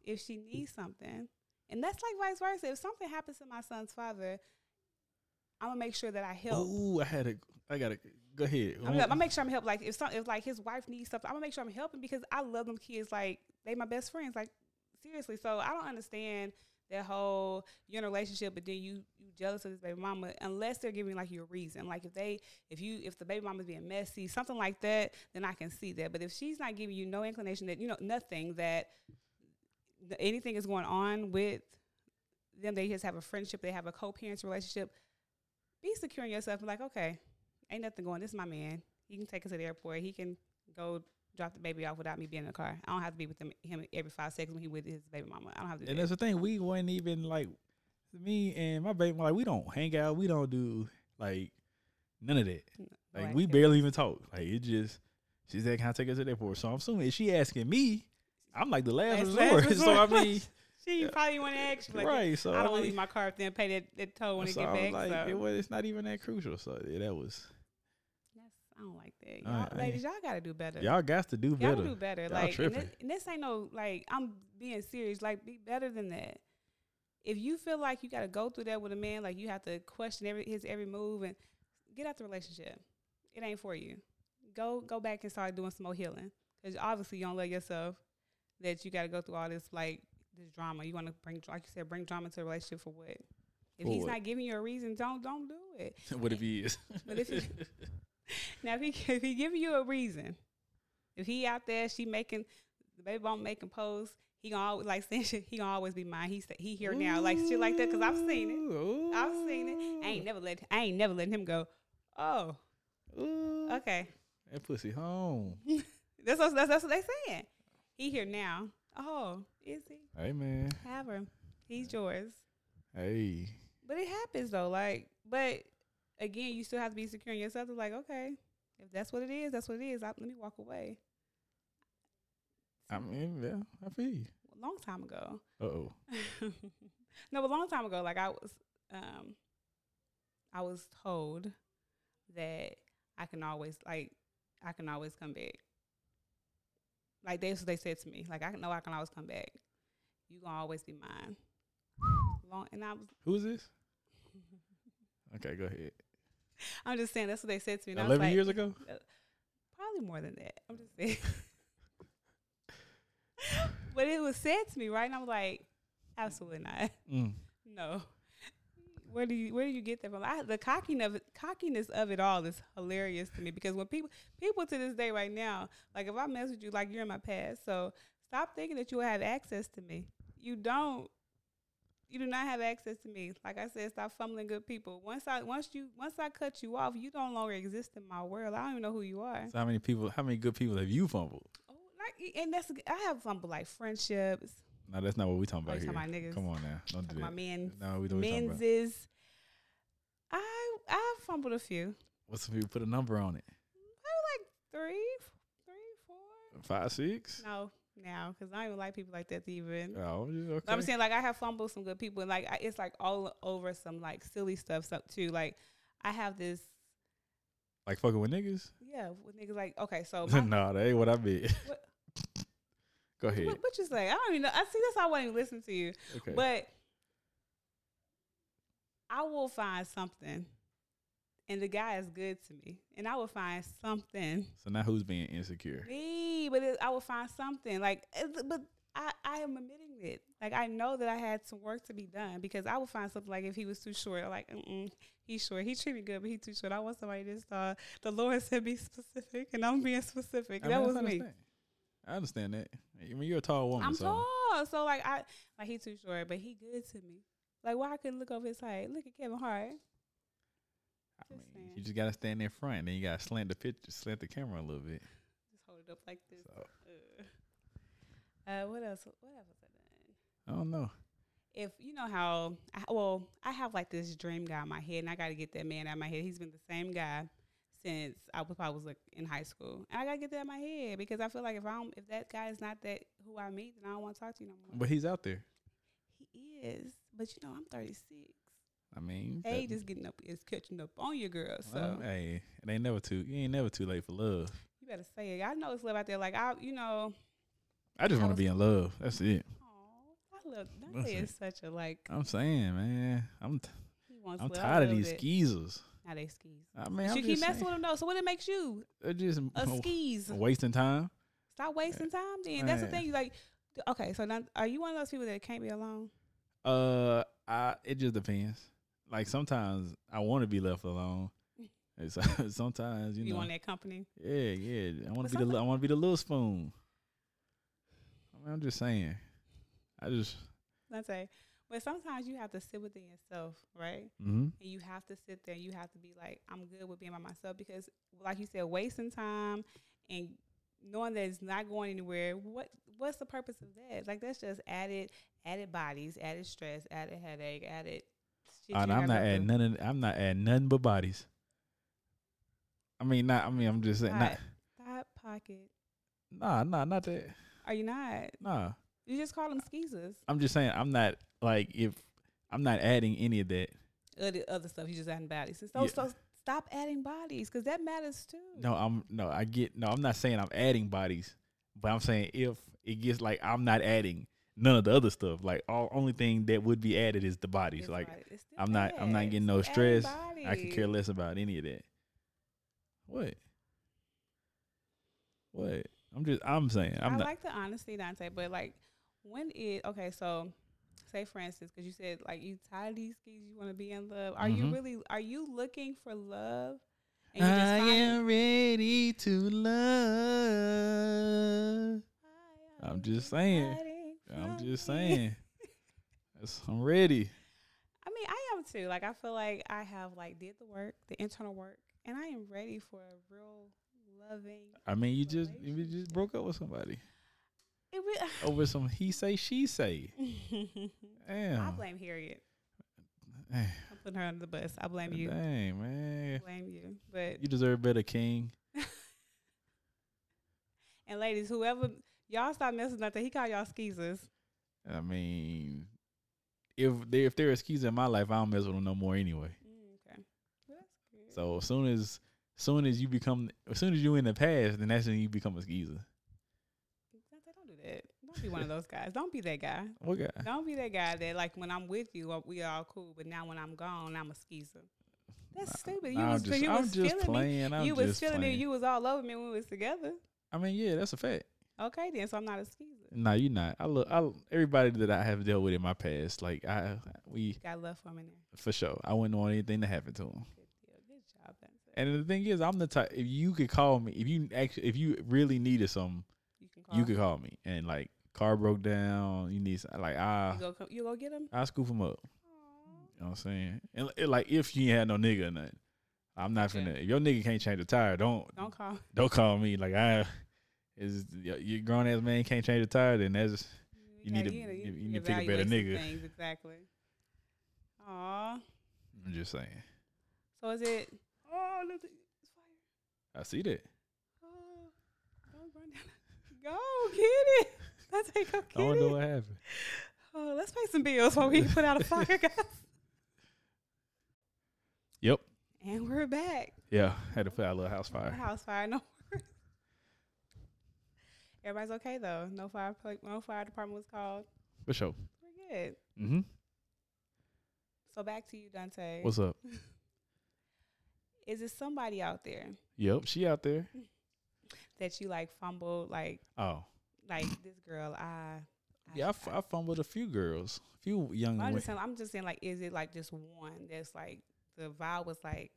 B: If she needs something, and that's like vice versa. If something happens to my son's father, I'm gonna make sure that I help.
A: Ooh, I had a, I got to go ahead.
B: I'm gonna, I'm gonna make sure I'm help. Like if some, if like his wife needs something, I'm gonna make sure I'm helping because I love them kids. Like they my best friends. Like seriously, so I don't understand that whole you're in a relationship, but then you you jealous of this baby mama unless they're giving like your reason. Like if they if you if the baby mama's being messy, something like that, then I can see that. But if she's not giving you no inclination that you know nothing that th- anything is going on with them, they just have a friendship, they have a co-parents relationship. Be secure in yourself. and Like okay, ain't nothing going. This is my man. He can take us to the airport. He can go drop the baby off without me being in the car. I don't have to be with him, him every five seconds when he with his baby mama. I don't have to. Do
A: and
B: that.
A: that's the thing. We wasn't even like me and my baby. Like we don't hang out. We don't do like none of that.
B: No
A: Like we
B: activity.
A: barely even talk. Like it just. She said, "Can I take her to the airport?" So I'm assuming if she asking me, I'm like the last
B: Last- last
A: resort. so I
B: resort.
A: mean,
B: She
A: Yeah.
B: probably want to ask you like,
A: right? So
B: I don't
A: mean,
B: want to leave my car up there and pay that, that toll when it
A: so
B: get
A: I was
B: back.
A: like,
B: so.
A: it was. It's not even that crucial. So yeah, that was.
B: That's, I don't like that.
A: I-
B: Y'all,
A: I-
B: ladies, y'all got to do better.
A: Y'all got to do
B: Y'all
A: better.
B: do better.
A: Y'all
B: like, and
A: tripping.
B: this, and this ain't no like I'm being serious. Like, be better than that. If you feel like you got to go through that with a man, like you have to question every his every move and get out the relationship. It ain't for you. Go go back and start doing some more healing because obviously you don't love yourself. That you got to go through all this like this drama. You want to bring like you said, bring drama to the relationship for what? If
A: For
B: he's
A: what?
B: not giving you a reason, don't don't do it.
A: what if he is?
B: But if he, now if he if he give you a reason, if he out there, she making the baby mama making posts, he gonna always like saying shit, he gonna always be mine. He sta- he here now, like shit like that. Cause I've seen it.
A: it.
B: I've seen it. I ain't never let I ain't never letting him go. Oh,
A: Ooh.
B: okay.
A: That pussy home.
B: That's what, that's, that's what they saying. He here now. Oh, is he?
A: Hey man.
B: Have him. He's yours.
A: Hey.
B: But it happens though. Like, but again, you still have to be secure in yourself. It's like, okay, if that's what it is, that's what it is. I, let me walk away.
A: I mean, yeah, I feel you.
B: A long time ago.
A: Uh oh.
B: no, a long time ago, like I was, um, I was told that I can always like I can always come back. Like that's what they said to me. Like I know I can always come back. You gonna always be mine. Long, and I was,
A: Who's this? Okay, go ahead.
B: I'm just saying that's what they said to me. And I was
A: Eleven
B: like,
A: years ago?
B: probably more than that. I'm just saying. but it was said to me, right? And I'm like, absolutely not.
A: Mm.
B: No. Where do you where do you get that from? I, the cockiness of, it, cockiness of it all is hilarious to me because when people people to this day right now, like if I mess with you, like you're in my past, so stop thinking that you will have access to me. You don't. You do not have access to me. Like I said, stop fumbling good people. Once I once you once I cut you off, you no longer exist in my world. I don't even know who you are.
A: So how many people? How many good people have you fumbled?
B: Oh, like, and that's I have fumbled like friendships,
A: No, that's not what we talking
B: Oh,
A: about
B: you
A: here.
B: talking about niggas.
A: Come on now, don't do
B: like my
A: that.
B: men,
A: No, we don't we talking
B: men's
A: about.
B: is. I I fumbled a few.
A: What's if you put a number on it?
B: I was like three, f- three, four.
A: Five, six.
B: No, now because I don't even like people like that to even.
A: Oh, yeah, okay.
B: But I'm saying like I have fumbled some good people, and like I, it's like all over some like silly stuff so, too. Like I have this,
A: like fucking with niggas.
B: yeah, with niggas like okay, so Oh, my,
A: nah, that ain't what I meant.
B: What-
A: Go ahead.
B: what, what you say? I don't even know. I see that's why I wouldn't even listen to you,
A: Okay.
B: but I will find something, and the guy is good to me, and I will find something.
A: so now who's being insecure?
B: Me, but it, I will find something like, it's- but I, I am admitting it. Like I know that I had some work to be done because I would find something like if he was too short, like mm he's short. He treat me good, but he too short. I want somebody this tall. The Lord said be specific, and I'm being specific.
A: I
B: that
A: mean, I
B: was me.
A: understand. I understand that. I mean, you're a tall woman,
B: I'm
A: so
B: tall, so like I like he too short, but he good to me. Like why I couldn't look over his height? Look at Kevin Hart.
A: I
B: Just
A: mean,
B: saying.
A: you just gotta stand in front, and then you gotta slant the picture, slant the camera a little bit.
B: Just hold it up like this.
A: So
B: Uh, what else? What else was I done?
A: I don't know.
B: if you know how I, well i have like this dream guy in my head and i gotta get that man out of my head he's been the same guy since i was probably was like in high school and i gotta get that in my head because i feel like if i don't if that guy is not that who i meet then i don't want to talk to you no more
A: But he's out there.
B: he is but you know i'm 36
A: I mean, that-
B: age is getting up is catching up on your girl so
A: well, hey, it ain't never too. You ain't never too late for love.
B: you better say it i know it's love out there like i you know
A: I just
B: I
A: want to
B: was-
A: be in love. That's it.
B: aw, i love
A: That's
B: Dante
A: it.
B: is such a like
A: I'm saying, man. I'm t-
B: he wants
A: I'm
B: love. I
A: tired of
B: love
A: these
B: it.
A: skeezers.
B: now they skis
A: I mean, I'm
B: But you
A: just
B: keep
A: saying, Oh.
B: messing with them though so what it makes you
A: they're just
B: a skis
A: wasting time.
B: Stop wasting time. Then that's the
A: Man.
B: thing. You like, th- okay. So now, are you one of those people that can't be alone?
A: Uh, I it just depends. Like sometimes I want to be left alone. And so, sometimes you,
B: You,
A: know,
B: want that company?
A: yeah, yeah. I want
B: But
A: to be the li-
B: someti-
A: I want to be the little spoon. I mean, I'm just saying. I just
B: Let's say. But sometimes you have to sit within yourself, right?
A: mm-hmm.
B: And you have to sit there. and You have to be like, I'm good with being by myself because, like you said, wasting time and knowing that it's not going anywhere. What What's the purpose of that? Like that's just added added bodies, added stress, added headache, added. Shit
A: and
B: you
A: Ah, I'm
B: gotta
A: not
B: go
A: adding
B: through.
A: none. Of, I'm not adding nothing but bodies. I mean, not. I mean, I'm just saying, not,
B: Right. Thought pocket.
A: nah, nah, not that.
B: Are you not?
A: Nah,
B: You just call them skeezers.
A: I'm just saying, I'm not like if I'm not adding any of that.
B: other other stuff. You just adding bodies. And so,
A: Yeah.
B: so stop adding bodies because that matters too.
A: No, I'm no, I get no, I'm not saying I'm adding bodies, but I'm saying if it gets like I'm not adding none of the other stuff. Like all only thing that would be added is the bodies.
B: It's
A: like
B: body- it's still
A: I'm not I'm not
B: bad.
A: getting no
B: Stop adding
A: stress. I could care
B: bodies.
A: less about any of that. What? What? I'm just I'm saying I'm
B: I
A: not
B: like the honesty, Dante, but like when it okay, so say for instance, because you said like you tired of these kids, you want to be in love. Are you
A: Mhm.
B: really? Are you looking for love? And you just
A: I
B: finding-
A: am ready to love.
B: I
A: I'm
B: am
A: just saying.
B: hiding
A: I'm just
B: from you.
A: saying. That's, I'm ready.
B: I mean, I am too. Like I feel like I have like did the work, the internal work, and I am ready for a real loving.
A: I mean, you just you
B: Relationship.
A: just broke up with somebody.
B: It re-
A: over some he say she say.
B: I
A: Damn.
B: blame Harriet.
A: Dang,
B: I'm putting her under the bus. I blame you.
A: Dang, man.
B: blame you. But
A: You deserve better, King.
B: and ladies, whoever y'all stop messing with that, he called y'all skeezers.
A: I mean, if they if they're excused in my life, I don't mess with them no more anyway.
B: Mm, okay, well, that's good.
A: So as soon as soon as you become as soon as you in the past, then that's when you become a skeezer.
B: Dante, don't do that. Don't be one of those guys. Don't be that guy.
A: What guy?
B: Don't be that guy that like when I'm with you, uh, we all cool, but now when I'm gone, I'm a skeezer. That's stupid. You
A: I'm
B: was,
A: just,
B: you
A: I'm
B: was
A: just
B: feeling me.
A: playing. I'm
B: you
A: just
B: was feeling
A: playing.
B: me. You was all over me when we was together.
A: I mean, yeah, that's a fact.
B: Okay, then. So I'm not a skeezer.
A: No, you're not. I look. I everybody that I have dealt with in my past, like I we
B: Got love for him in there.
A: for sure. I wouldn't want anything to happen to them.
B: Good deal. Good job. That's it.
A: And the thing is, I'm the type. If you could call me, if you actually, if you really needed something,
B: You can call.
A: you could call me. And like car broke down, you need some- like I
B: You go. co- You go get him.
A: I scoop them up. You know what I'm saying? And li- like if you ain't had no nigga or nothing, I'm not
B: Yeah.
A: finna. If your nigga can't change the tire, don't
B: Don't call.
A: don't call me. Like I is your your grown ass man can't change the tire, then that's You
B: gotta-
A: need to-
B: gotta-
A: you- you need to pick a better
B: evaluate some
A: nigga.
B: Things exactly. Aw.
A: I'm just saying.
B: So is it? Oh, look, it's fire.
A: I see that.
B: Oh, don't run down. Go get it. Let's take go
A: I
B: get
A: wonder
B: it.
A: what happened.
B: Oh, let's pay some bills while we put out a fire, guys.
A: Yep.
B: And we're back.
A: Yeah, had to put out a little house
B: No
A: fire.
B: House fire, no. worries. Everybody's okay though. No fire, pla- no fire department was called.
A: For sure.
B: We're good.
A: Mm-hmm.
B: So back to you, Dante.
A: What's up?
B: Is it somebody out there
A: Yep, she out there.
B: that you like fumbled, like
A: Oh.
B: like this girl? I, I
A: Yeah, I, f- I fumbled a few girls, a few young
B: Well,
A: women.
B: I'm just saying, I'm just saying, like, is it like just one that's like the vibe was like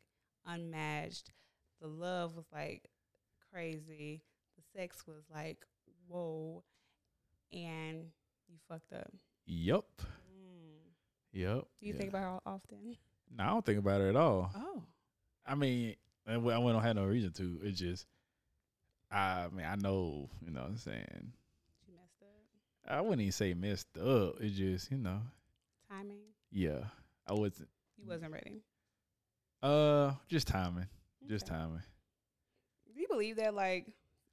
B: unmatched, the love was like crazy, the sex was like whoa, and you fucked up.
A: Yep.
B: Mm.
A: Yep.
B: Do you
A: yeah.
B: think about her often?
A: No, I don't think about her at all.
B: Oh,
A: I mean, I w- I wouldn't have no reason to. It's just, I mean, I know, you know what I'm saying?
B: you messed up
A: I wouldn't even say messed up. It's just, you know,
B: timing.
A: yeah. I was,
B: You wasn't ready.
A: uh, just timing. Just
B: Okay.
A: timing.
B: Do you believe that like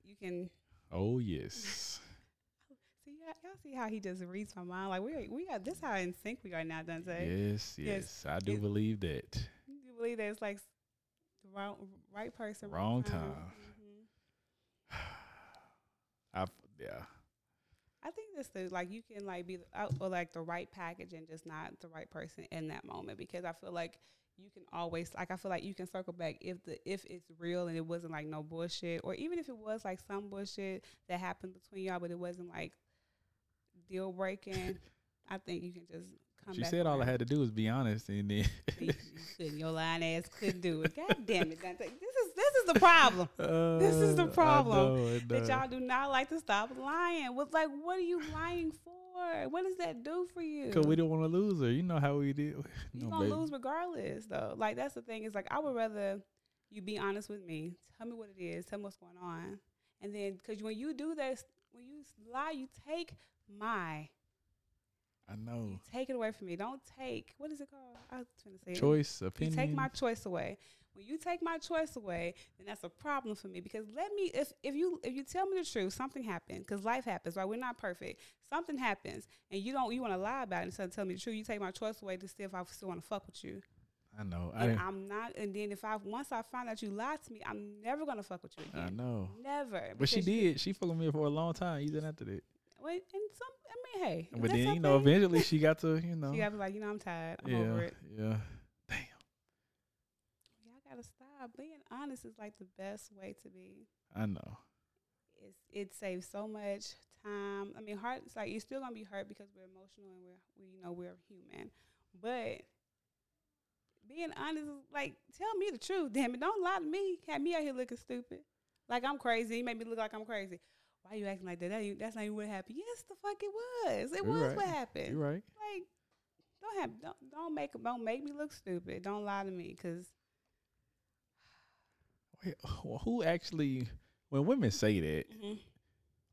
B: you can
A: Oh, yes.
B: see y'all, y'all see how he just reads my mind? Like we we got this how in sync we are now, Dante.
A: yes, yes,
B: yes,
A: I do
B: it-
A: believe that.
B: You believe that it's like s- the wrong right person,
A: Wrong time.
B: Mhm.
A: I, yeah.
B: I think that's the like you can like be out or like the right package and just not the right person in that moment because I feel like you can always like I feel like you can circle back if the if it's real and it wasn't like no bullshit or even if it was like some bullshit that happened between y'all but it wasn't like deal breaking. I think you can just come.
A: She
B: back
A: said all I
B: around.
A: had to do was be honest, and then
B: You, you couldn't. Your lying ass couldn't do it. God damn it! Dante. This is this is the problem. is the
A: Uh, I
B: problem
A: know, I
B: that
A: know.
B: y'all do not like to stop lying. What like what are you lying for? What does that do for you?
A: Cause we didn't want to lose her. You know how we did.
B: you
A: No,
B: gonna
A: baby.
B: lose regardless though. Like that's the thing, is like I would rather you be honest with me. Tell me what it is, tell me what's going on. And then cause when you do this when you lie, you take my
A: I
B: you
A: know.
B: take it away from me. Don't take what is it called? I was gonna say it.
A: Choice,
B: You
A: opinion.
B: take my choice away. When you take my choice away, then that's a problem for me because let me if if you if you tell me the truth, something happened because life happens. Right, we're not perfect. Something happens, and you don't you want to lie about it instead of telling me the truth. You take my choice away to see if I still want to fuck with you.
A: I know. I
B: and
A: didn't.
B: I'm not. And then if I once I find out you lied to me, I'm never gonna fuck with you
A: I
B: again.
A: know.
B: Never.
A: But she
B: because you-
A: did. She fucked with me for a long time, even after that.
B: Well, and some. I mean, hey.
A: But
B: that's
A: then you know,
B: okay.
A: eventually she got to you know.
B: you gotta be like, you know, I'm tired. I'm
A: yeah,
B: over it.
A: yeah.
B: Y'all gotta stop being honest. Is like the best way to be.
A: I know.
B: it's, it saves so much time. I mean, heart. It's like you're still gonna be hurt because we're emotional and we're we you know we're human. But being honest, is like tell me the truth, damn it! Don't lie to me. Have me out here looking stupid, like I'm crazy. You made me look like I'm crazy. Why you acting like that? that ain't, that's not even what happened. Yes, the fuck it was. It
A: You're
B: was
A: right.
B: what happened.
A: You're right.
B: Like don't have don't don't make don't make me look stupid. Don't lie to me because
A: Wait, wh- who actually? When women say that,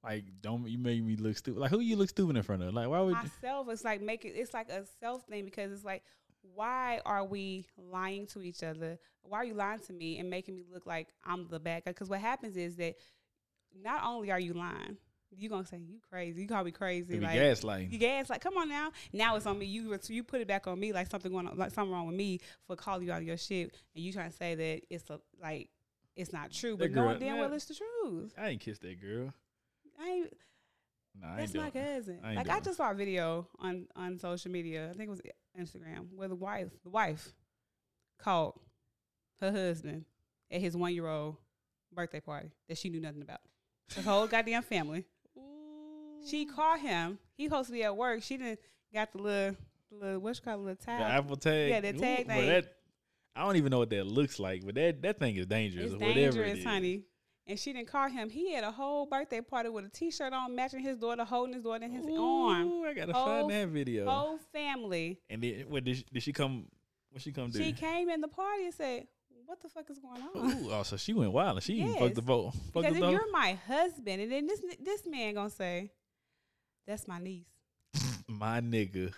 A: like, don't you make me look stupid? Like, who you look stupid in front of? Like, why would?
B: myself it's like making it's like a self thing because it's like why are we lying to each other why are you lying to me and making me look like i'm the bad guy because what happens is that not only are you lying you're gonna say you crazy you call me
A: They
B: crazy
A: be
B: like
A: gaslighting.
B: you gas like come on now now it's on me you you put it back on me like something going on like something wrong with me for calling you out of your shit and you trying to say that it's a like it's not true
A: That
B: but no
A: girl-
B: damn well
A: that-
B: it's the truth
A: I ain't kissed that girl.
B: i ain't
A: Nah, I ain't
B: that's
A: doing
B: my
A: it.
B: cousin.
A: I ain't
B: like
A: doing
B: I
A: it.
B: just saw a video on on social media. I think it was Instagram where the wife the wife called her husband at his one year old birthday party that she knew nothing about. The whole goddamn family She
A: Mm.
B: caught him. He supposed to be at work. She didn't got the little, the little what you call it, little
A: The
B: tag.
A: Apple tag.
B: Yeah, the tag
A: but
B: thing.
A: That, I don't even know what that looks like, but that, that thing is dangerous.
B: it's
A: whatever it
B: dangerous,
A: is.
B: honey. And she didn't call him. He had a whole birthday party with a t-shirt on, matching his daughter, holding his daughter in his arm. Oh,
A: Ooh, I gotta
B: Whole-
A: find that video.
B: Whole family.
A: And then what did she, did she come? What she come do?
B: She came in the party and said, "What the fuck is going on?"
A: Ooh, oh, so she went wild. and She even fucked the
B: Yes.
A: boat. Fucked
B: Because
A: the
B: if
A: dog.
B: you're my husband, and then this n- this man gonna say, "That's my niece."
A: My nigga.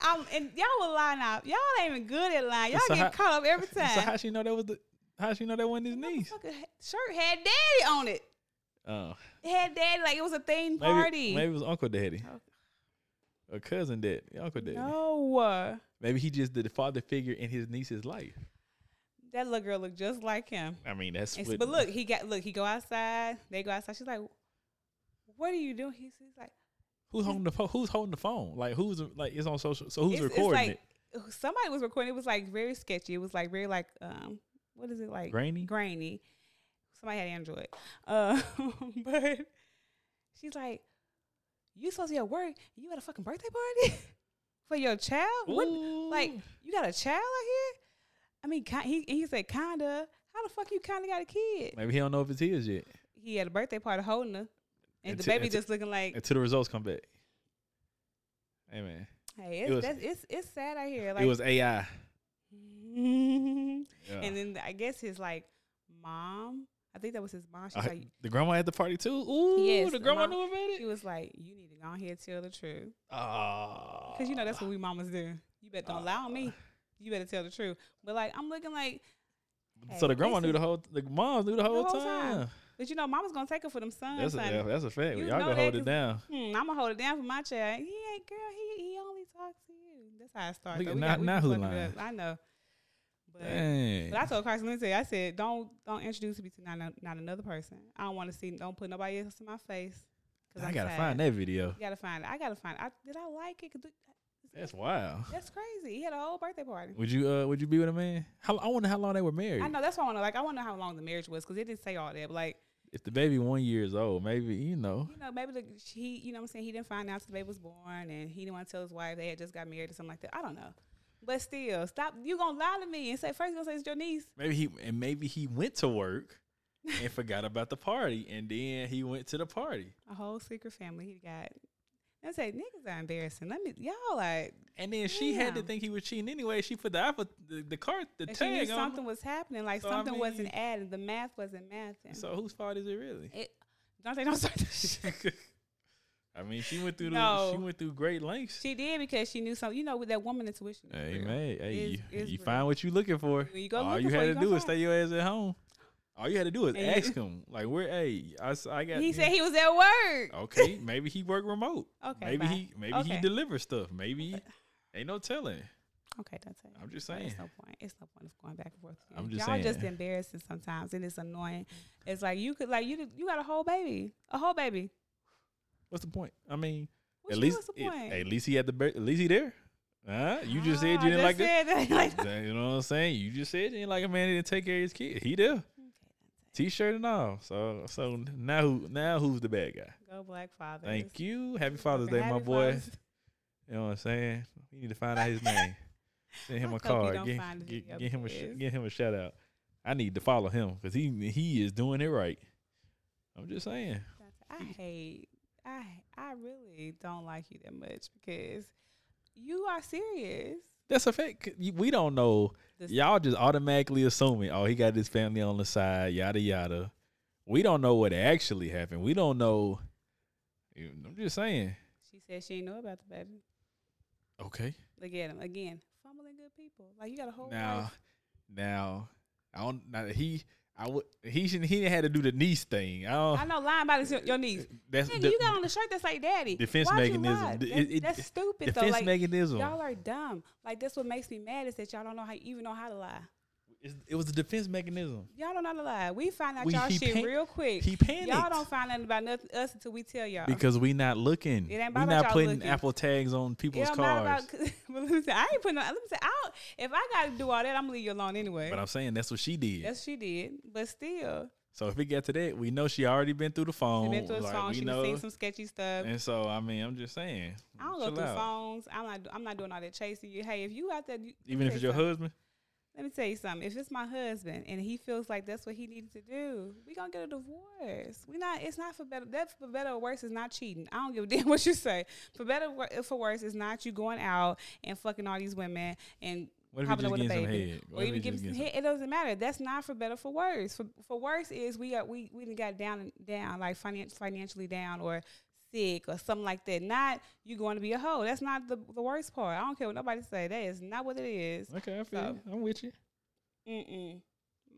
B: I'm, and y'all will line up. Y'all ain't even good at lying. Y'all
A: So
B: get
A: how-
B: caught up every
A: So
B: time.
A: how she know that was the? How she know that wasn't his niece?
B: Motherfucker ha- shirt had daddy on it.
A: Oh,
B: It had daddy like it was a theme
A: maybe
B: party.
A: maybe it was Uncle Daddy
B: Oh.
A: or cousin Daddy, Uncle Daddy.
B: no, uh,
A: Maybe he just did the father figure in his niece's life.
B: that little girl looked just like him.
A: I mean, that's
B: And s-
A: what.
B: but look, he got look. He go outside. They go outside. She's like, "What are you doing?" He's, he's like,
A: who's holding the phone? Who's holding the phone? Like who's like it's on social? So who's
B: it's, it's
A: recording
B: like, Somebody was recording. It was like very sketchy. It was like very like um, what is it like?
A: it? Grainy.
B: grainy. Somebody had Android. Uh, but she's like, You supposed to be at work, and you at a fucking birthday party? For your child? What like
A: Ooh.
B: you got a child out here? I mean, ki- he he said kinda. How the fuck you kinda got a kid?
A: Maybe he don't know if it's his yet
B: He had a birthday party holding her. And
A: And
B: the
A: to-
B: baby
A: and to-
B: just looking like,
A: until the results come back. Hey man,
B: hey,
A: it
B: it's,
A: was-
B: that's, it's it's sad out here. Like,
A: it was AI. Yeah.
B: and then I guess his like mom. I think that was his mom. She's
A: I-
B: like,
A: the grandma at the party too. Ooh,
B: Yes,
A: the
B: the
A: grandma
B: mom-
A: knew about
B: she
A: it.
B: was like, you need to go on here and tell the truth.
A: Ah,
B: Cause you know that's what we mamas do. You better don't lie on
A: Uh.
B: me. You better tell the truth. But like I'm looking like,
A: so the
B: Hey,
A: grandma knew
B: listen.
A: the whole. The mom knew the whole,
B: whole
A: time.
B: time. but you know, mama's gonna take it for them sons.
A: That's a
B: honey.
A: yeah, that's a fact.
B: You
A: Y'all
B: know
A: gonna
B: that
A: hold
B: 'cause
A: it down.
B: Hmm, I'm gonna hold it down for my child. He ain't girl. He he only talks to you. That's how I start.
A: Look
B: though.
A: at
B: We
A: not-
B: got- we
A: not
B: be
A: who
B: fucking it
A: lying.
B: up. I know. But,
A: Dang.
B: but I told Carson, let me tell you, I said, don't don't introduce me to not, no- not another person. I don't want to see. Don't put nobody else in my face.
A: I, gotta find that video.
B: You gotta find it. I gotta find it. I, did I like it? 'Cause th-
A: That's wild.
B: That's crazy. He had a whole birthday party.
A: Would you uh would you be with a man? How I wonder how long they were married.
B: I know that's what I want to like. I want to know how long the marriage was because it didn't say all that. But like
A: If the baby one years old, maybe you know.
B: you know, maybe the, he, you know, what I'm saying he didn't find out till the baby was born, and he didn't want to tell his wife they had just got married or something like that. I don't know. But still, stop. You gonna lie to me and say first you gonna say it's your niece.
A: Maybe he and maybe he went to work and forgot about the party, and then he went to the party,
B: A whole secret family he got. And say niggas are embarrassing. Let me y'all like
A: and then she had to
B: Damn.
A: think he was cheating anyway. She put the apple, the, the cart, the
B: and she knew
A: tag on.
B: something was happening. Like
A: So, I
B: something
A: mean-
B: wasn't adding. The math wasn't mathing.
A: So whose fault is it really?
B: it, don't say don't start that shit.
A: I mean, she went through the, she
B: No.
A: went through great lengths.
B: She did because she knew something. You know, with that woman intuition. is
A: Hey
B: real.
A: man, hey,
B: It's-
A: you,
B: it's
A: you
B: real.
A: find what you looking for.
B: When you go
A: All
B: looking
A: you
B: for it,
A: had to
B: you gonna
A: do is
B: find
A: stay your ass at home. All you had to do is
B: And you-
A: ask him, like, where? Hey, I, s- I got.
B: He said he was at work.
A: okay, maybe he work remote.
B: Okay,
A: Oh, maybe
B: bye.
A: he maybe he
B: Okay.
A: delivers stuff. Maybe ain't no telling.
B: Okay, don't say.
A: I'm just
B: Well,
A: saying.
B: It's no point. It's no point of going back and forth. with
A: I'm
B: him.
A: just
B: Y'all just
A: saying.
B: embarrassing sometimes, and it's annoying. It's like you could like you did- you got a whole baby, a whole baby.
A: What's the point? I mean,
B: What
A: at
B: you-
A: least
B: what's the
A: it-
B: point? Ah,
A: at least he had the ber- at least he there. Huh? You Ah, just said you didn't like that. you know what I'm saying? You just said you didn't like a man that didn't take care of his kid. He there. T-shirt and all. So so now who now who's the bad guy?
B: Go black father.
A: Thank you. Happy Father's Day, my boy. You know what I'm saying? We need to find out his name. Send him
B: I
A: a
B: hope you
A: card.
B: don't
A: Get,
B: find the video
A: get, get him a sh-
B: because-
A: get him a shout out. I need to follow him because he he is doing it right. I'm just saying.
B: I hate. I I really don't like you that much because you are serious.
A: That's a fact. 'Cause you- We don't know.
B: This-
A: Y'all just automatically assuming, oh, he got his family on the side, yada yada. We don't know what actually happened. We don't know. You- I'm just saying.
B: She said she didn't know about the baby.
A: Okay.
B: Look at him again, fumbling good people. Like you got a whole
A: Now,
B: life.
A: now, I don't. Now that he, I would. He shouldn't. He had to do the niece thing. I don't.
B: I know lying about his, your niece.
A: that's
B: Nigga,
A: the-
B: you got on a shirt that's like daddy.
A: defense
B: Why'd you
A: mechanism.
B: lie?
A: D-
B: That-
A: it- it-
B: that's stupid
A: defense
B: though. Like
A: mechanism.
B: y'all are dumb. Like that's what makes me mad is that y'all don't know how even know how to lie.
A: It's- it was a defense mechanism.
B: Y'all don't know how to lie. We find out
A: We-
B: y'all
A: he
B: shit
A: pan-
B: real quick.
A: he panicked.
B: Y'all don't find out about nothing us until we tell y'all.
A: Because we not looking.
B: It ain't
A: we
B: about
A: not
B: y'all
A: putting
B: looking.
A: Apple tags on
B: it
A: people's
B: don't matter
A: cars.
B: about. But let me say, I ain't putting. no- Let me say, I don't, if I got to do all that, I'm gonna leave you alone anyway.
A: but I'm saying that's what she did.
B: That's what she did. But still,
A: So if it got to that, we know she already been through the phone.
B: She been through his
A: Oh, like,
B: phone.
A: we
B: She done
A: know.
B: seen some sketchy stuff.
A: And so I mean, I'm just saying.
B: I don't
A: chill
B: go through
A: out.
B: phones. I'm not. I'm not doing all that chasing you. Hey, if you out there, you, let
A: Even
B: me
A: if
B: tell
A: it's
B: you
A: your
B: something.
A: husband,
B: Let me tell you something. If it's my husband and he feels like that's what he needed to do, we gonna get a divorce. We not. It's not for better. That for better or worse is not cheating. I don't give a damn what you say. For better or wor- for worse is not you going out and fucking all these women and
A: what if you
B: popping
A: just
B: up with a
A: getting some
B: baby.
A: head?
B: Or
A: What if
B: even
A: you
B: give
A: just
B: some
A: getting
B: hit. It doesn't matter. That's not for better or for worse. For for worse is we got we we done got down and down like finan- financially down or sick or something like that. Not you going to be a hoe. That's not the the worst part. I don't care what nobody say. That is not what it is.
A: some- Okay, I feel
B: So-
A: you. I'm with you.
B: Mm-mm.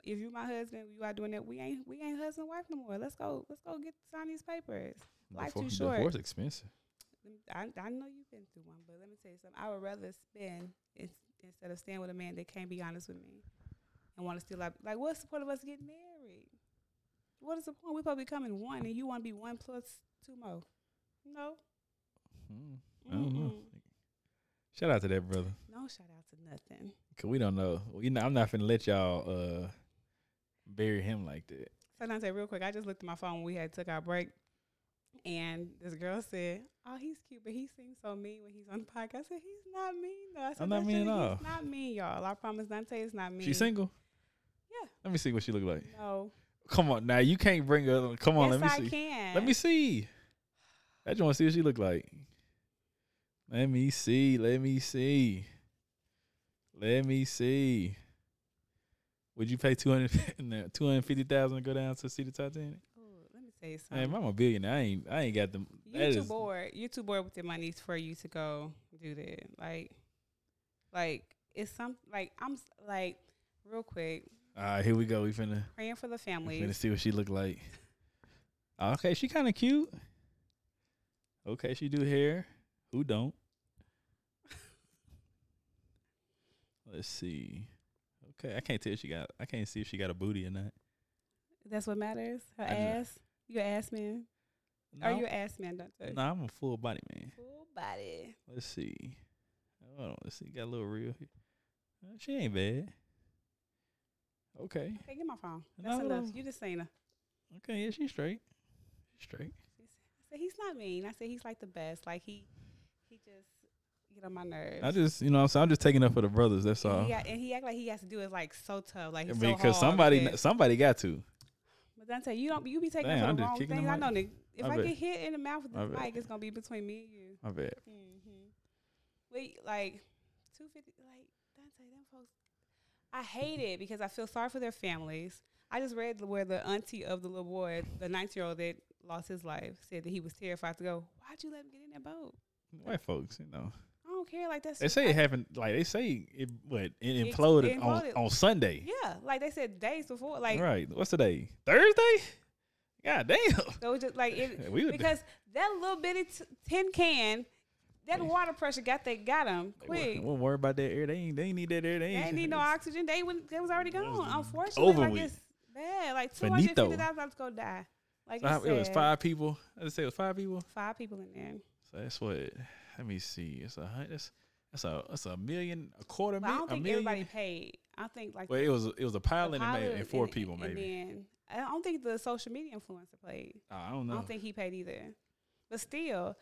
B: If you my husband, you out doing that. We ain't we ain't husband and wife no more. Let's go. Let's go get sign these papers. Life too
A: Divorce-
B: short.
A: Divorce expensive.
B: I, I know you've been through one, but let me tell you something. I would rather spend ins- instead of staying with a man that can't be honest with me and want to steal up. Like, what's the point of us getting married? What is the point? We probably coming one, and you want to be one plus two more. No,
A: Hmm, I don't know.
B: Mm-mm.
A: Shout out to that brother.
B: no shout out to nothing.
A: Cause we don't know. We know I'm not finna let y'all uh bury him like that.
B: So Dante, real quick, I just looked at my phone when we had took our break, and this girl said, "Oh, he's cute, but he seems so mean when he's on the podcast." I said, "He's not mean though." I said,
A: I'm not
B: "That
A: mean at
B: shouldn't-
A: all."
B: He's not mean, y'all. I promise, Dante is not mean.
A: She single?
B: Yeah.
A: Let me see what she look like.
B: No.
A: Come on now, you can't bring her. Come on, let
B: yes,
A: me
B: I
A: see.
B: can.
A: Let me see. I just want to see what she look like. Let me see. Let me see. Let me see. Would you pay 200 no, 250,000 to go down to see the Titanic?
B: Ooh, let me tell you
A: Hey,
B: something.
A: I'm a billionaire. I ain't I ain't got them.
B: you
A: that
B: too
A: is-
B: bored. You too bored with your money for you to go do that. Like, like it's some like I'm s- like real quick
A: All right, here we go. We finna
B: praying for the
A: we finna
B: families.
A: see what she look like. Okay, she kind of cute. Okay, she do hair. Who don't? Let's see. Okay, I can't tell if she got. I can't see if she got a booty or not.
B: That's what matters. Her
A: I know.
B: ass. You an ass man?
A: No,
B: Are you an ass man, Dante?
A: no, I'm a full body man.
B: Full body.
A: Let's see. Hold on. Let's see. Got a little real. Here. Uh, She ain't bad. Okay.
B: Okay, get my phone. That's
A: No,
B: enough.
A: no.
B: You just seen her.
A: Okay. Yeah, she's straight. She's straight.
B: I said he's not mean. I said he's like the best. Like he, he just get on my nerves.
A: I just, you know, what I'm saying I'm just taking up for the brothers. That's all.
B: And he, got, and he act like he has to do it like so tough, like he's so
A: because
B: hard,
A: somebody
B: but-
A: somebody got to.
B: But Dante, you don't you be taking
A: Damn,
B: for
A: I'm
B: the
A: just
B: wrong
A: kicking
B: things.
A: the
B: I
A: mic.
B: know, nigga. If
A: My
B: I
A: bad.
B: get hit in the mouth with
A: My
B: this
A: bad.
B: mic, it's gonna be between me and you.
A: My bad.
B: Mm-hmm. Wait, like two fifty, like Dante, them folks. I hate it because I feel sorry for their families. I just read where the auntie of the little boy, the 19 year old that lost his life, said that he was terrified to go. Why'd you let him get in that boat?
A: White folks, you know,
B: I don't care. Like that's
A: they
B: just-
A: say
B: I-
A: it happened. Like they say it, what it
B: It-
A: imploded,
B: it imploded.
A: on on Sunday.
B: Yeah, like they said days before. Like
A: right. What's today? Thursday. God damn.
B: It was just like it,
A: We would-
B: because that little bitty t- tin can, that water pressure got they got them
A: We
B: quick.
A: Don't worry about that air. They ain't. They ain't need that air. They
B: They
A: ain't,
B: ain't need no oxygen. They was, they was already gone. Unfortunately,
A: over
B: like
A: with.
B: it's bad. Like two hundred
A: Finito.
B: fifty thousand to go die. Like
A: So how-
B: it's
A: it was
B: sad.
A: five people. I just say it was five people.
B: Five people in there.
A: So that's what. Let me see. It's a hundred. That's, that's a. That's a million. A quarter
B: But I
A: million.
B: don't think
A: a million.
B: everybody paid. I think like
A: well, it was. It was a
B: the
A: pilot, and,
B: pilot
A: maybe, and four
B: and-
A: people
B: and
A: maybe.
B: then- I don't think the social media influencer paid.
A: Oh, I don't
B: I
A: know.
B: don't think he paid either. But still,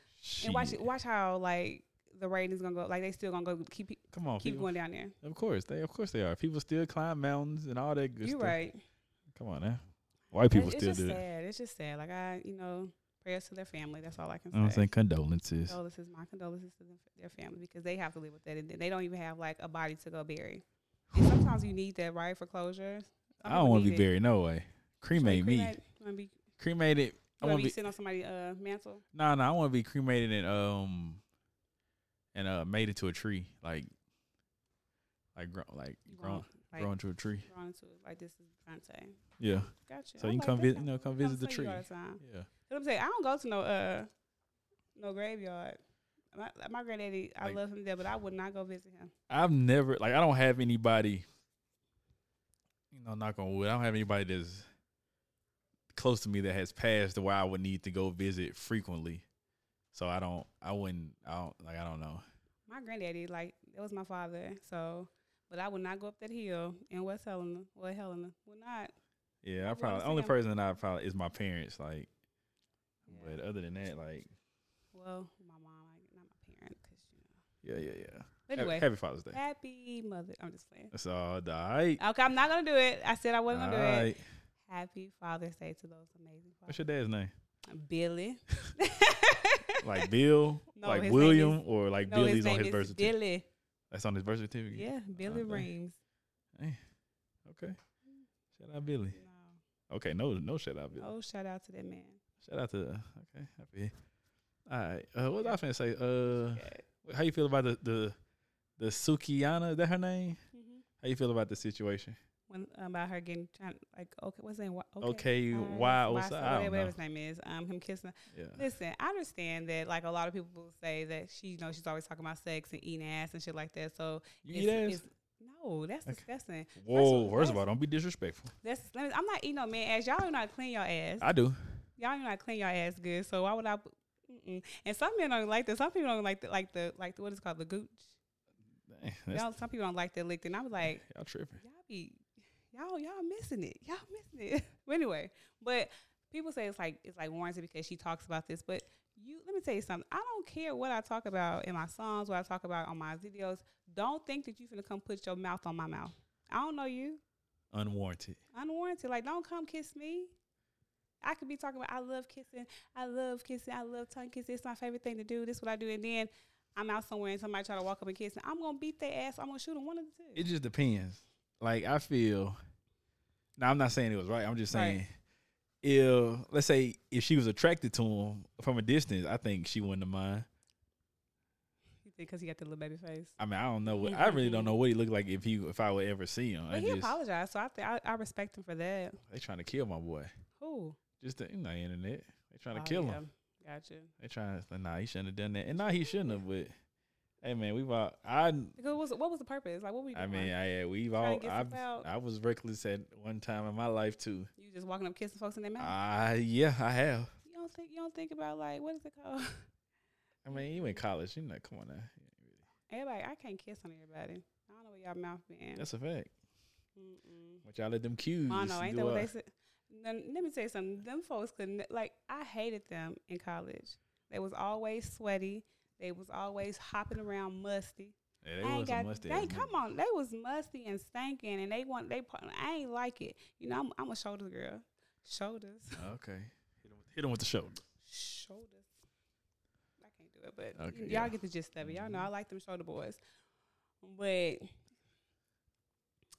B: and watch
A: Shit.
B: watch how like the ratings gonna go. Like they still gonna go keep keep
A: Come on, Oh, people.
B: going down there.
A: Of course, they of course they are. People still climb mountains and all that good
B: You're
A: stuff.
B: right.
A: Come on now. White people
B: it's
A: still
B: just
A: do that.
B: sad. It's just sad. Like I, you know, prayers to their family. That's all I can
A: You know what I'm
B: say.
A: saying condolences.
B: Condolences, my condolences to them, their family because they have to live with that, and then they don't even have like a body to go bury. And sometimes you need that, right, for closure.
A: I don't want to be buried. No way. Cremate me.
B: Want to be,
A: Cremated. I
B: you wanna
A: want
B: be,
A: to be.
B: sitting on somebody's uh, mantle?
A: No, nah, no. I want to be cremated and um, and uh, made into a tree. Like, like grown, like
B: You
A: grown,
B: want, like,
A: grown to a tree.
B: drawn into it, like this is Dante.
A: Yeah.
B: Gotcha.
A: So
B: I
A: you can
B: like
A: come
B: that
A: visit.
B: kind
A: You
B: of-
A: know, come
B: come
A: visit the
B: see
A: tree.
B: you all the time.
A: Yeah.
B: Cause I'm saying I don't go to no uh no graveyard. My my granddaddy, I
A: Like-
B: love him there, but I would not go visit him.
A: I've never like I don't have anybody. You know, knock on wood. I don't have anybody that's close to me that has passed to where I would need to go visit frequently. So I don't. I wouldn't. I don't like. I don't know.
B: my granddaddy, like that was my father. So, but I would not go up that hill in West Helena. Well, Helena would not.
A: Yeah, I
B: wanna
A: probably
B: see
A: only
B: him.
A: person I probably is my parents. Like,
B: Yeah.
A: but uh, other than that, like,
B: Well, my mom, like, not my parents, because you know.
A: yeah, yeah, yeah.
B: But
A: Ha-
B: anyway,
A: happy Father's Day.
B: happy mother. I'm just saying.
A: That's all. the- All right.
B: Okay, I'm not gonna do it. I said I wasn't gonna do it.
A: Alright.
B: Happy Father's Day to those amazing
A: What's
B: fathers.
A: your dad's name?
B: Billy.
A: Like Bill,
B: No, his
A: like
B: name
A: William, or like
B: no,
A: Billy's
B: his name
A: on his
B: is
A: birth certificate.
B: Billy.
A: That's on his birth certificate.
B: Yeah, Billy
A: Okay.
B: Reams.
A: Okay. Shout out Billy.
B: No.
A: Okay, no, no shout out Billy.
B: Oh, shout out to that man.
A: Shout out to okay, happy. All right. Uh, what was I finna say? Uh, how you feel about the the the Sukiana? Is that her name?
B: Mhm.
A: How you feel about the situation?
B: When about her getting trying like okay, what's his name? Wa-
A: Okay,
B: uh,
A: why?
B: Wa-
A: Osa- I don't
B: whatever
A: know.
B: his name is. Um, him kissing.
A: Yeah.
B: Listen, I understand that like a lot of people will say that she, you know, she's always talking about sex and eating ass and shit like that. So
A: You eat ass?
B: no, that's
A: Okay.
B: disgusting.
A: Whoa!
B: all-
A: First of
B: that's-
A: all, don't be disrespectful.
B: That's let me- I'm not eating no man ass. Y'all do not clean your ass.
A: I do.
B: Y'all do not clean your ass good. So why would I? p- Mm-mm. And some men don't like that. Some people don't like the like the like the, what is it called the gooch.
A: Dang, that's, y'all,
B: Y'all, some people don't like that licked. And I was like,
A: tripping.
B: y'all be y'all y'all missing it. Y'all missing it. But anyway, but people say it's like it's like warranted because she talks about this, but you let me tell you something. I don't care what I talk about in my songs, what I talk about on my videos. Don't think that you're gonna come put your mouth on my mouth. I don't know you.
A: Unwarranted.
B: Unwarranted. Like don't come kiss me. I could be talking about I love kissing, I love kissing, I love tongue kissing. It's my favorite thing to do. This is what I do. And then I'm out somewhere and somebody try to walk up and kiss me. I'm gonna beat their ass. I'm gonna shoot them one of the two.
A: It just depends. Like I feel. Now I'm not saying it was right. I'm just
B: Right.
A: saying, if let's say if she was attracted to him from a distance, I think she wouldn't have mind.
B: because he got the little baby face.
A: I mean, I don't know. What, I really don't know what he looked like if he if I would ever see him. I
B: But he
A: just,
B: apologized, so I, th- I I respect him for that.
A: they trying to kill my boy.
B: Who?
A: Just the you know, internet. They trying to kill him.
B: Oh, Gotcha.
A: They trying to nah. He shouldn't have done that. And nah, he shouldn't have. But hey, man, we've all. I
B: Because what was what was the purpose? Like, what were you
A: I
B: doing?
A: mean, I yeah, we've
B: Trying to
A: all.
B: get
A: I
B: some clout.
A: I was reckless at one time in my life too.
B: you just walking up kissing folks in their mouth.
A: Ah, yeah, I have.
B: you don't think you don't think about like what is it called?
A: I mean, you in college, you know. Come on now,
B: everybody, I can't kiss on everybody. I don't know where y'all mouth been.
A: that's a fact.
B: Mm-mm.
A: But y'all let them cues.
B: Mono, Oh, ain't
A: do
B: that what
A: our-
B: they said? Then, let me tell you something. Them folks couldn't like. I hated them in college. They was always sweaty. They was always hopping around, musty.
A: Yeah, they
B: I ain't
A: want some
B: got.
A: mustache.
B: They come on. They was musty and stinking, and they want. They. part- I ain't like it. You know, I'm, I'm a shoulders girl. Shoulders,
A: Okay, hit 'em with- hit them with the shoulder.
B: shoulders. I can't do it, but
A: Okay,
B: y- y'all
A: yeah.
B: get the gist of it. Y'all know
A: Mhm.
B: I like them shoulder boys, but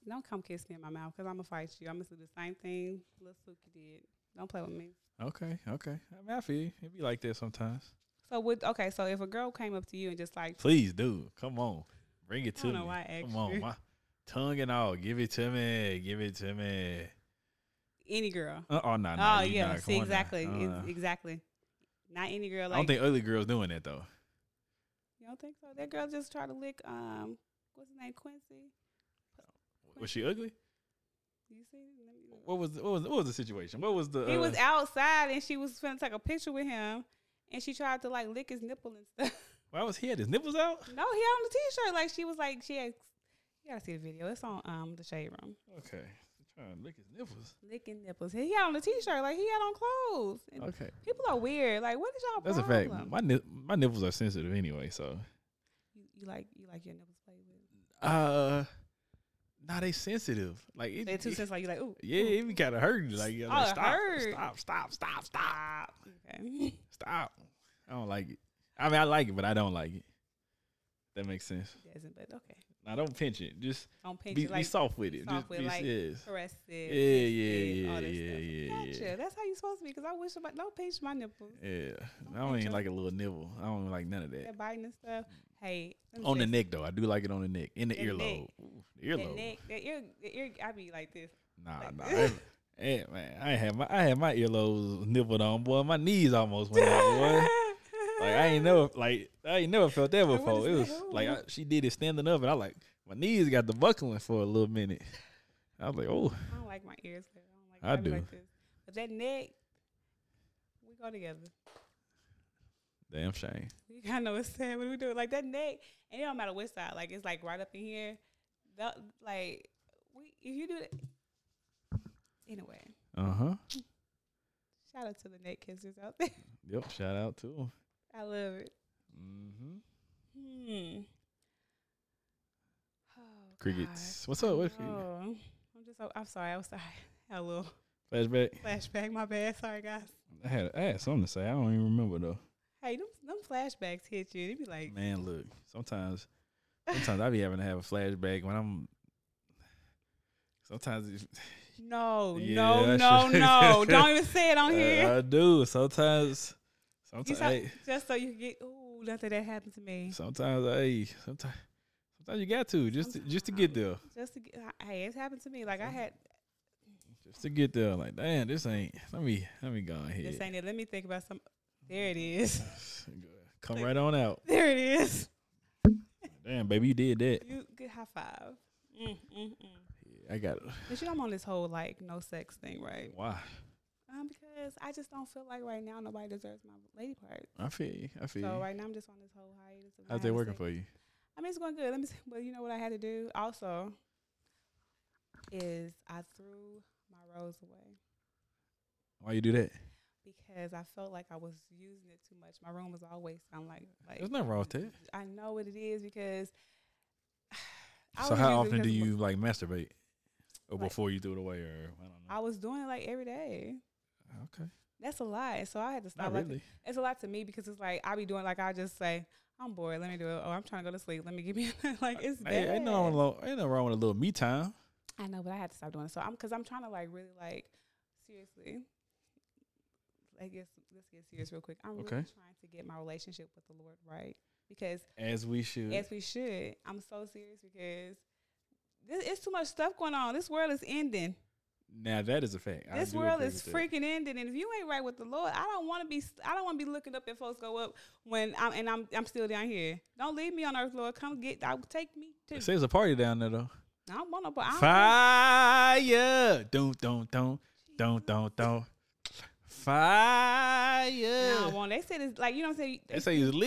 B: don't come kiss me in my mouth because I'm gonna fight you. I'm gonna do the same thing Lil Suki did. Don't play with me.
A: Okay, okay. I mean, I feel you. it be like that sometimes.
B: So with okay, so if a girl came up to you and just like,
A: Please do. Come on, bring it to
B: I don't know
A: me.
B: why I
A: Come
B: asked
A: on,
B: you.
A: my tongue and all. Give it to me. Give it to me.
B: any girl,
A: Uh, oh no, no.
B: oh
A: you
B: yeah,
A: not. Come
B: see
A: on now.
B: exactly,
A: Uh,
B: It's- exactly. Not any girl. Like,
A: I don't think ugly girls doing that though.
B: You don't think so? That girl just tried to lick um what's his name? Quincy.
A: Was she ugly?
B: You see? Let me look.
A: What was what was what was the situation? What was the?
B: He was
A: uh,
B: outside and she was finna take a picture with him and she tried to like lick his nipple and stuff.
A: Why was he had his nipples out?
B: no, he had on the t shirt. Like she was like she had you gotta see the video. It's on um the shade room.
A: Okay, trying to lick his nipples.
B: Licking nipples. He had on the t shirt, like he had on clothes. And
A: Okay,
B: People are weird. Like what is y'all
A: that's a
B: problem?
A: fact. My nip, my nipples are sensitive anyway, so
B: you, you like you like your nipples played with.
A: uh, nah, they sensitive. Like it,
B: They're too
A: it-
B: sensitive, like you like, ooh.
A: Yeah,
B: ooh,
A: it even kind of hurt. Like, you
B: Oh,
A: like
B: it
A: stop,
B: hurt.
A: stop, stop, stop, stop,
B: stop. Okay.
A: stop. I don't like it. I mean, I like it, but I don't like it. That makes sense.
B: Doesn't but okay.
A: Now, don't pinch it. Just
B: Don't pinch
A: be,
B: it
A: be
B: like
A: soft with it.
B: soft
A: Just
B: with,
A: be,
B: like,
A: yes.
B: caress it.
A: Yeah, yeah,
B: kiss it,
A: yeah,
B: all that
A: yeah,
B: stuff.
A: yeah, yeah.
B: gotcha. That's how you supposed to be. Because I wish about don't pinch my nipples.
A: Yeah,
B: Don't
A: I don't
B: pinch
A: even
B: it.
A: like a little nibble. I don't even like none of that.
B: That biting and stuff. Hey, let me
A: On the
B: tell you
A: neck though, I do like it on the neck, in the,
B: The neck.
A: earlobe, Ooh, the
B: something.
A: earlobe.
B: That neck, that ear, the ear. I be like this.
A: Nah,
B: like
A: nah.
B: that.
A: I- eh, man, I had my I had my earlobes nibbled on, boy. My knees almost went out, boy. Like I ain't never like I ain't never felt that
B: what
A: before. It
B: is
A: was
B: that?
A: like I, she did it standing up, and I like my knees got the buckling for a little minute. I was like, oh,
B: I don't like my ears. I don't like.
A: I
B: I, be
A: do.
B: Like this. But that neck, we go together.
A: damn shame.
B: We kind of know what's sad. What do we do? Like that neck, and it don't matter which side. Like it's like right up in here. That like we if you do that, Anyway,
A: Uh
B: Uh-huh.
A: huh.
B: shout out to the neck kissers out there.
A: Yep. Shout out to him.
B: I love it.
A: Mm-hmm.
B: Hmm. Oh,
A: Crickets. What's
B: God.
A: up? What
B: Oh, I'm just. so- I'm sorry. I was sorry. Had a little
A: Flashback.
B: flashback. My bad. Sorry, guys.
A: I had I had something to say. I don't even remember though.
B: Hey, them, them flashbacks hit you. They be like,
A: Man, look. Sometimes, sometimes I be having to have a flashback when I'm. Sometimes it's-
B: no,
A: Yeah,
B: no,
A: that's
B: no,
A: just-
B: no. Don't even say it on here.
A: Uh, I, I do. Sometimes,
B: Oh, You
A: sometimes,
B: saw-
A: hey,
B: just so you can get. Ooh, nothing that happened to me.
A: sometimes, hey, sometimes, sometimes you got to just to, just to get there,
B: Just to get, hey, it's happened to me. Like I had
A: just to get there. Like, damn, this ain't. Let me let me go ahead.
B: this ain't it. Let me think about some. There it is.
A: Come right on out.
B: There it is.
A: Damn, baby, you did that.
B: You good high five. Mm, mm, mm.
A: I got it.
B: But you know I'm on this whole like no sex thing, right?
A: Why?
B: Um, because I just don't feel like right now nobody deserves my lady part.
A: I feel you. I feel
B: So
A: you.
B: right now I'm just on this whole hiatus. of
A: How's
B: not
A: that working
B: having
A: for
B: sex.
A: you?
B: I mean, it's going good. Let me. See, but you know what I had to do also is I threw my rose away.
A: Why you do that?
B: because I felt like I was using it too much. My room was always sound like like
A: There's nothing wrong with that.
B: I know what it is because. I
A: So
B: was
A: how
B: using it
A: often do
B: 'cause
A: you like masturbate, or
B: Like-
A: before you threw it away, or I don't know?
B: I was doing it like every day.
A: okay,
B: That's a lot. So I had to
A: not
B: stop. Like,
A: really.
B: It's a lot to me because it's like I be doing like I just say I'm bored. Let me do it. Oh, I'm trying to go to sleep. Let me give me like it's bad.
A: Hey, ain't no wrong. with a little- Ain't no wrong with a little me time.
B: I know, but I had to stop doing it. So I'm because I'm trying to like really like seriously. I guess let's get serious real quick. I'm really
A: Okay.
B: trying to get my relationship with the Lord right because
A: As we should.
B: Yes, we should. I'm so serious because this, it's too much stuff going on. This world is ending.
A: now that is a fact. I
B: this
A: do
B: world
A: agree
B: is
A: with that.
B: freaking ending. And if you ain't right with the Lord, I don't want to be. I don't want to be looking up and folks go up when I'm and I'm I'm still down here. Don't leave me on earth, Lord. Come get. I take me
A: It
B: to.
A: says a party down there though.
B: I don't want no. but I don't
A: Fire!
B: want-
A: Don't don't don't don't don't don't.
B: and I don't
A: Fire!
B: want. They said it's like you know what I'm saying.
A: They say he's lit.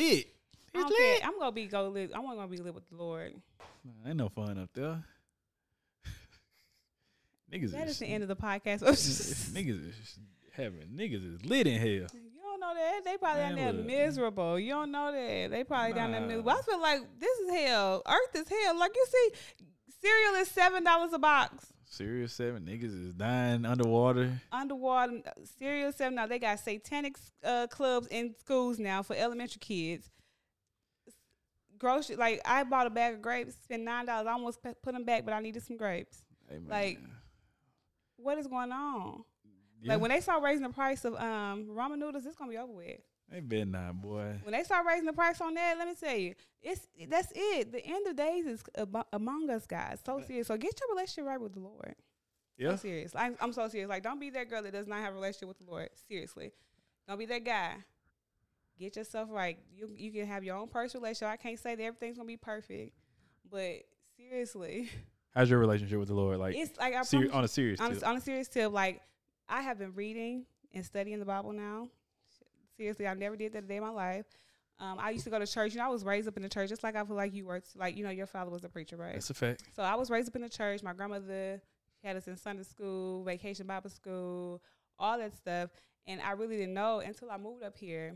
B: I
A: He's
B: don't care.
A: lit.
B: I'm gonna be go live. I'm gonna be live with the Lord.
A: Ain't no fun up there. niggas
B: That is
A: is
B: the end of the podcast.
A: niggas is having niggas is lit in hell.
B: You don't know that. They probably down
A: Man,
B: there
A: look.
B: miserable. You don't know that. They probably down there
A: Nah.
B: miserable. I feel like this is hell. Earth is hell. Like you see, cereal is seven dollars a box.
A: Serious seven niggas is dying underwater.
B: Underwater uh, cereal is seven dollars. They got satanic uh, clubs in schools now for elementary kids. Grocery like I bought a bag of grapes, spent nine dollars. I almost p- put them back, but I needed some grapes.
A: Hey, man.
B: Like, What is going on?
A: yeah.
B: Like when they start raising the price of um ramen noodles, it's gonna be over with.
A: they been not boy.
B: When they start raising the price on that, let me tell you, it's that's it. The end of days is abo- among us, guys. So serious. So get your relationship right with the Lord.
A: Yeah,
B: I'm serious. I'm, I'm so serious. Like, don't be that girl that does not have a relationship with the Lord. Seriously, don't be that guy. Get yourself right. You you can have your own personal relationship. I can't say that everything's gonna be perfect, but seriously,
A: how's your relationship with the Lord? Like,
B: it's like I
A: seri-
B: promise
A: on a serious
B: on,
A: tip.
B: a, on a serious tip, like I have been reading and studying the Bible now. Seriously, I never did that a day in my life. Um, I used to go to church. You know, I was raised up in the church, just like I feel like you were. t- Like you know, your father was a preacher, right?
A: That's a fact.
B: So I was raised up in the church. My grandmother had us in Sunday school, vacation Bible school, all that stuff. And I really didn't know until I moved up here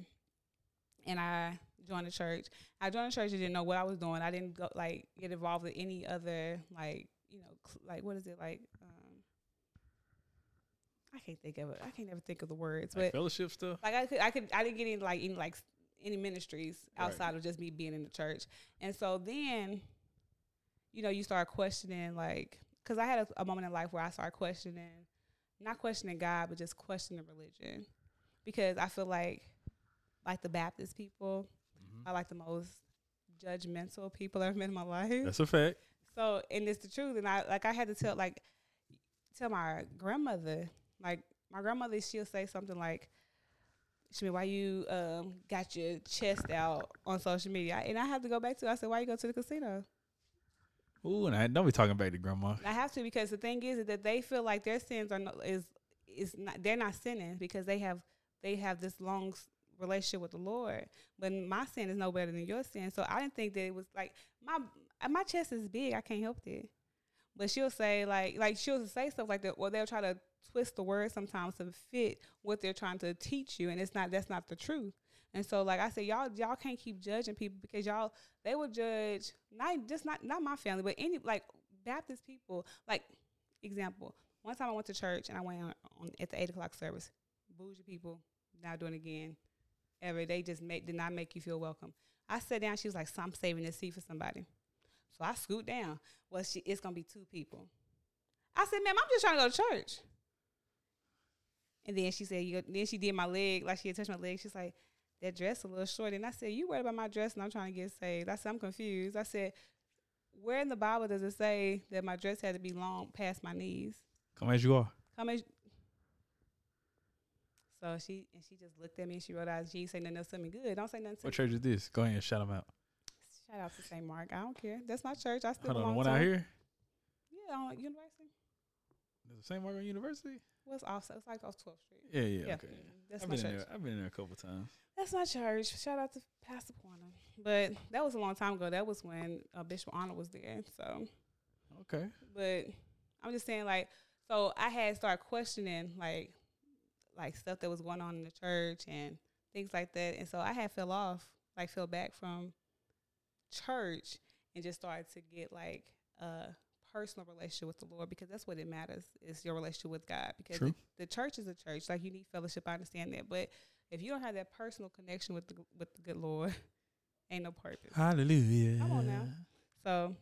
B: and I joined the church. I joined the church and didn't know what I was doing. I didn't go like get involved with any other like, you know, cl- like what is it like um I can't think of it. I can't ever think of the words,
A: Like
B: but
A: fellowship stuff.
B: like I could, I could, I didn't get any like any like any ministries
A: Right.
B: outside of just me being in the church. And so then, you know, you start questioning like, because I had a, a moment in life where I started questioning, not questioning God, but just questioning religion, because I feel like, like the Baptist people,
A: Mhm.
B: are like the most judgmental people I've met in my life.
A: That's a fact.
B: So, and it's the truth. And I like I had to tell like tell my grandmother, like my grandmother, she'll say something like, "Shmi, why you um got your chest out on social media?" I, and I have to go back to. I said, "Why you go to the casino?"
A: Ooh, and I don't be talking back to grandma.
B: I have to because the thing is that they feel like their sins are no, is is not they're not sinning because they have they have this long s- relationship with the Lord. But my sin is no better than your sin, so I didn't think that it was like my my chest is big. I can't help it. But she'll say like like she'll say stuff like that. Well, they'll try to twist the word sometimes to fit what they're trying to teach you, and it's not that's not the truth. And so, like I said, y'all y'all can't keep judging people because y'all they will judge not just not not my family, but any like Baptist people. Like example, one time I went to church and I went on, on at the eight o'clock service. Bougie people not doing it again ever. They just make, did not make you feel welcome. I sat down. She was like, "So I'm saving this seat for somebody." So I scoot down. Well, she it's gonna be two people. I said, "Ma'am, I'm just trying to go to church." And then she said, you, then she did my leg, like she had touched my leg. She's like, that dress a little short. And I said, you worried about my dress and I'm trying to get saved. I said, I'm confused. I said, where in the Bible does it say that my dress had to be long past my knees?
A: Come as you are.
B: Come as so she and she just looked at me and she realized she ain't say nothing else to me. Good, don't say nothing to
A: What
B: me.
A: church is this? Go ahead and shout them out.
B: Shout out to St. Mark. I don't care. That's my church. I still
A: Hold on, the
B: belong
A: one
B: to
A: out
B: it.
A: here.
B: Yeah, on University.
A: Is it St. Margaret University?
B: What's also it's like off 12th Street.
A: Yeah, yeah,
B: Yeah,
A: okay.
B: mhm. that's
A: I've
B: my
A: been
B: church.
A: in there. I've been in there a couple times.
B: That's my church. Shout out to Pastor Quantum. But that was a long time ago. That was when uh, Bishop Arnold was there. So,
A: Okay.
B: but I'm just saying, like, so I had started questioning, like, like stuff that was going on in the church and things like that. And so I had fell off, like, fell back from church and just started to get like a personal relationship with the Lord because that's what it matters is your relationship with God. Because
A: True.
B: the church is a church. Like you need fellowship. I understand that, but if you don't have that personal connection with the with the good Lord, ain't no purpose.
A: Hallelujah.
B: Come on now. So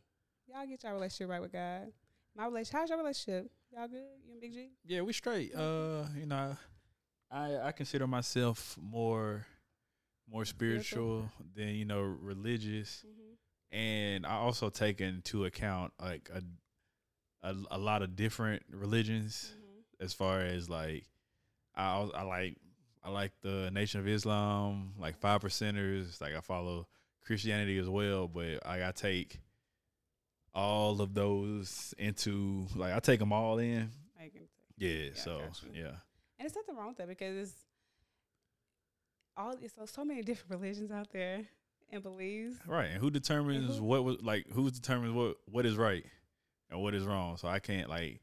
B: y'all get y'all relationship right with God. My relationship. How's your relationship? Y'all good? You and Big G?
A: Yeah, we straight. Uh, you know, I I consider myself more more spiritual
B: Spiritual.
A: than you know religious,
B: Mm-hmm.
A: and I also take into account like a a, a lot of different religions as far as like I al- I like I like the Nation of Islam, like five percenters. Like I follow Christianity as well, but like I take all of those into like I take them all in.
B: I can tell.
A: Yeah,
B: I
A: so
B: gotcha.
A: yeah.
B: And it's nothing wrong with that because it's all it's so, so many different religions out there and beliefs.
A: Right. And who determines
B: who-
A: what was like who determines what what is right and what is wrong. So I can't like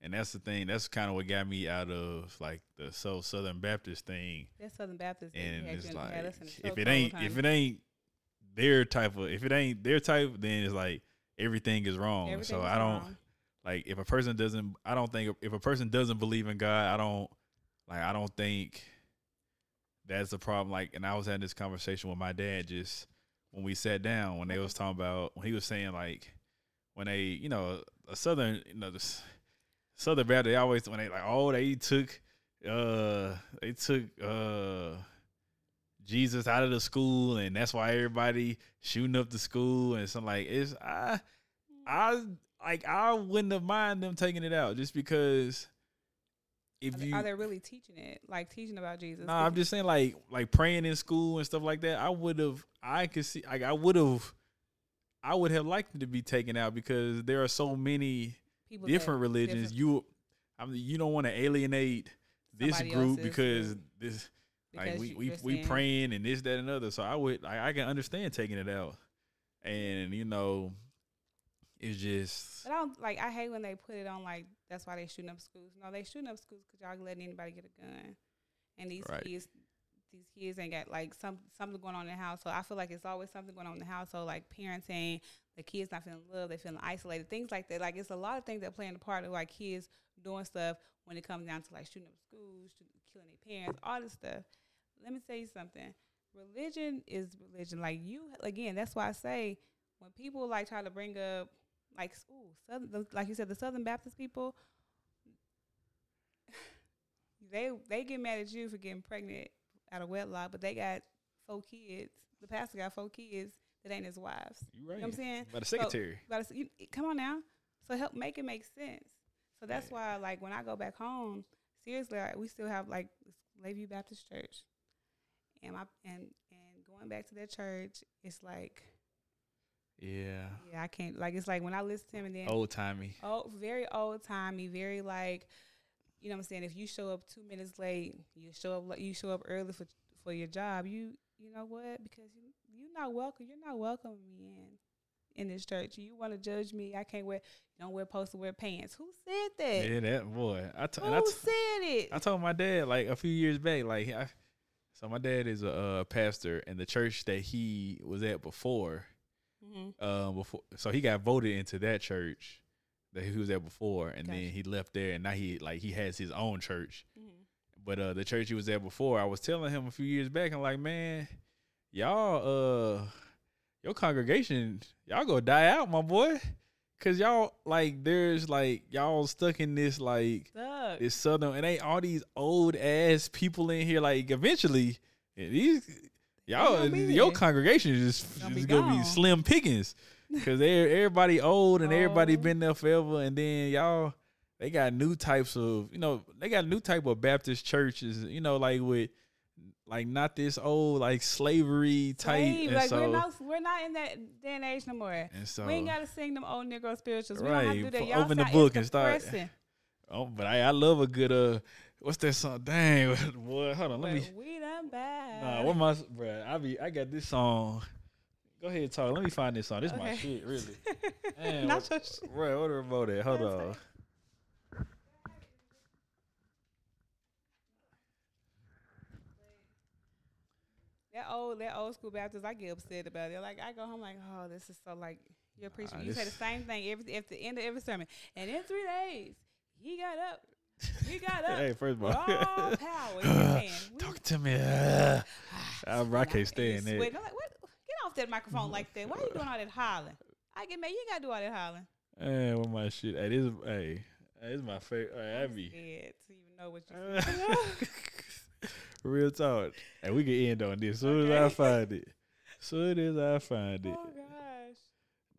A: and that's the thing, that's kind of what got me out of like the so Southern Baptist thing.
B: That's Southern Baptist. that we
A: And
B: had
A: it's
B: you in-
A: like
B: had us in the
A: if
B: chokehold,
A: it ain't
B: honey.
A: if it ain't their type of if it ain't their type, then it's like everything is wrong.
B: Everything
A: so
B: was
A: I don't
B: wrong.
A: like if a person doesn't i don't think if a person doesn't believe in god i don't like i don't think that's the problem like and i was having this conversation with my dad just when we sat down when they was talking about when he was saying like when they you know a southern you know this southern baptist they always when they like oh they took uh they took uh jesus out of the school and that's why everybody shooting up the school and something like it's i i like I wouldn't have mind them taking it out just because
B: Are
A: if
B: they-
A: you
B: are they really teaching it? Like teaching about Jesus?
A: nah, I'm
B: Because
A: just saying like like praying in school and stuff like that. I would have I could see like I would have I would have liked it to be taken out because there are so many
B: people that-
A: different religions.
B: different-
A: You I mean you don't want to alienate this
B: Somebody
A: group
B: else's,
A: because
B: yeah.
A: this like
B: because
A: we
B: you-
A: we,
B: you're
A: we
B: saying-
A: praying and this that and other. So I would I, I can understand taking it out, and you know, it's just
B: But I don't like. I hate when they put it on like that's why they shooting up schools. No, they shooting up schools because y'all letting anybody get a gun, and these
A: Right.
B: kids, these kids ain't got like some something going on in the house. So I feel like it's always something going on in the house. So like parenting, the kids not feeling loved, they feeling isolated, things like that. Like it's a lot of things that play in the part of like kids doing stuff when it comes down to like shooting up schools, shoot- killing their parents, all this stuff. Let me tell you something. Religion is religion. Like you again, that's why I say when people like try to bring up like ooh, southern, the, like you said, the Southern Baptist people, they they get mad at you for getting pregnant out of wedlock, but they got four kids. The pastor got four kids that ain't his wives.
A: you right.
B: You know what I'm saying?
A: By the
B: So-
A: secretary.
B: But it's, you, come on now. So help make it make sense. So that's why, like, when I go back home, seriously, like, we still have like this Lakeview Baptist Church, and my and and going back to that church, it's like,
A: yeah.
B: yeah, I can't. Like, it's like when I listen to him, and then
A: Old timey.
B: oh, very old timey, very like, you know what I'm saying. If you show up two minutes late, you show up la- you show up early for for your job. You you know what? Because you you're not welcome. You're not welcoming me in. in this church. You want to judge me? I can't wear, don't wear posts, wear pants. Who said that?
A: Yeah, that boy. I t- and I
B: Who
A: t-
B: said it?
A: I told my dad like a few years back, like I, so my dad is a uh, pastor, and the church that he was at before,
B: mm-hmm.
A: um, before, so he got voted into that church that he was at before, and then
B: Gotcha.
A: he left there, and now he like he has his own church.
B: Mm-hmm.
A: But uh, the church he was at before, I was telling him a few years back, I'm like, man, y'all, uh, your congregation, y'all gonna die out, my boy, cause y'all like there's like y'all stuck in this like
B: Suck.
A: it's southern. It ain't all these old ass people in here. Like eventually, eh, these y'all,
B: gonna be
A: your
B: there.
A: congregation is just
B: Gonna
A: gonna,
B: be
A: be, gonna be
B: gone.
A: slim pickings because everybody old and everybody
B: Old.
A: been there forever. And then y'all, they got new types of you know they got new type of Baptist churches. You know, like with like not this old like slavery type.
B: Slave,
A: and
B: like
A: so
B: we're not we're not in that day and age no more.
A: and so
B: we ain't gotta sing them old Negro spirituals. We don't have to
A: Right,
B: do that.
A: for-
B: Y'all
A: open the
B: sound-
A: book
B: it's
A: and start-
B: depressing.
A: oh, but I, I love a good uh. What's that song? Dang, boy, hold on, let me.
B: But we done bad.
A: Nah, what my bruh, I be I got this song. Go ahead, talk. Let me find this song. This my
B: Okay.
A: shit, really. Man,
B: Not
A: what,
B: your shit.
A: Bruh, what the remote at? Hold
B: That's
A: on.
B: fine. That old, that old school Baptist, I get upset about it. Like I go home, like, oh, this is so like you're preaching.
A: Nah,
B: you say the
A: this-
B: same thing every at the end of every sermon, and in three days he got up, he got up.
A: Hey, first of
B: with all
A: all,
B: power in his hand. We-
A: talk to me. Uh, I, I
B: and
A: can't
B: and
A: stand that.
B: sweating. I'm like, what? Get off that microphone like that. Why you doing all that hollering? I get mad. You ain't gotta do all that hollering.
A: Hey, what my shit? Hey, this, hey, this is my favorite. Hey, I
B: I'm
A: be
B: scared to even know what you. Oh,
A: Uh, real talk. And we can end on this soon as I
B: Okay.
A: find it. Soon as I find it.
B: oh gosh.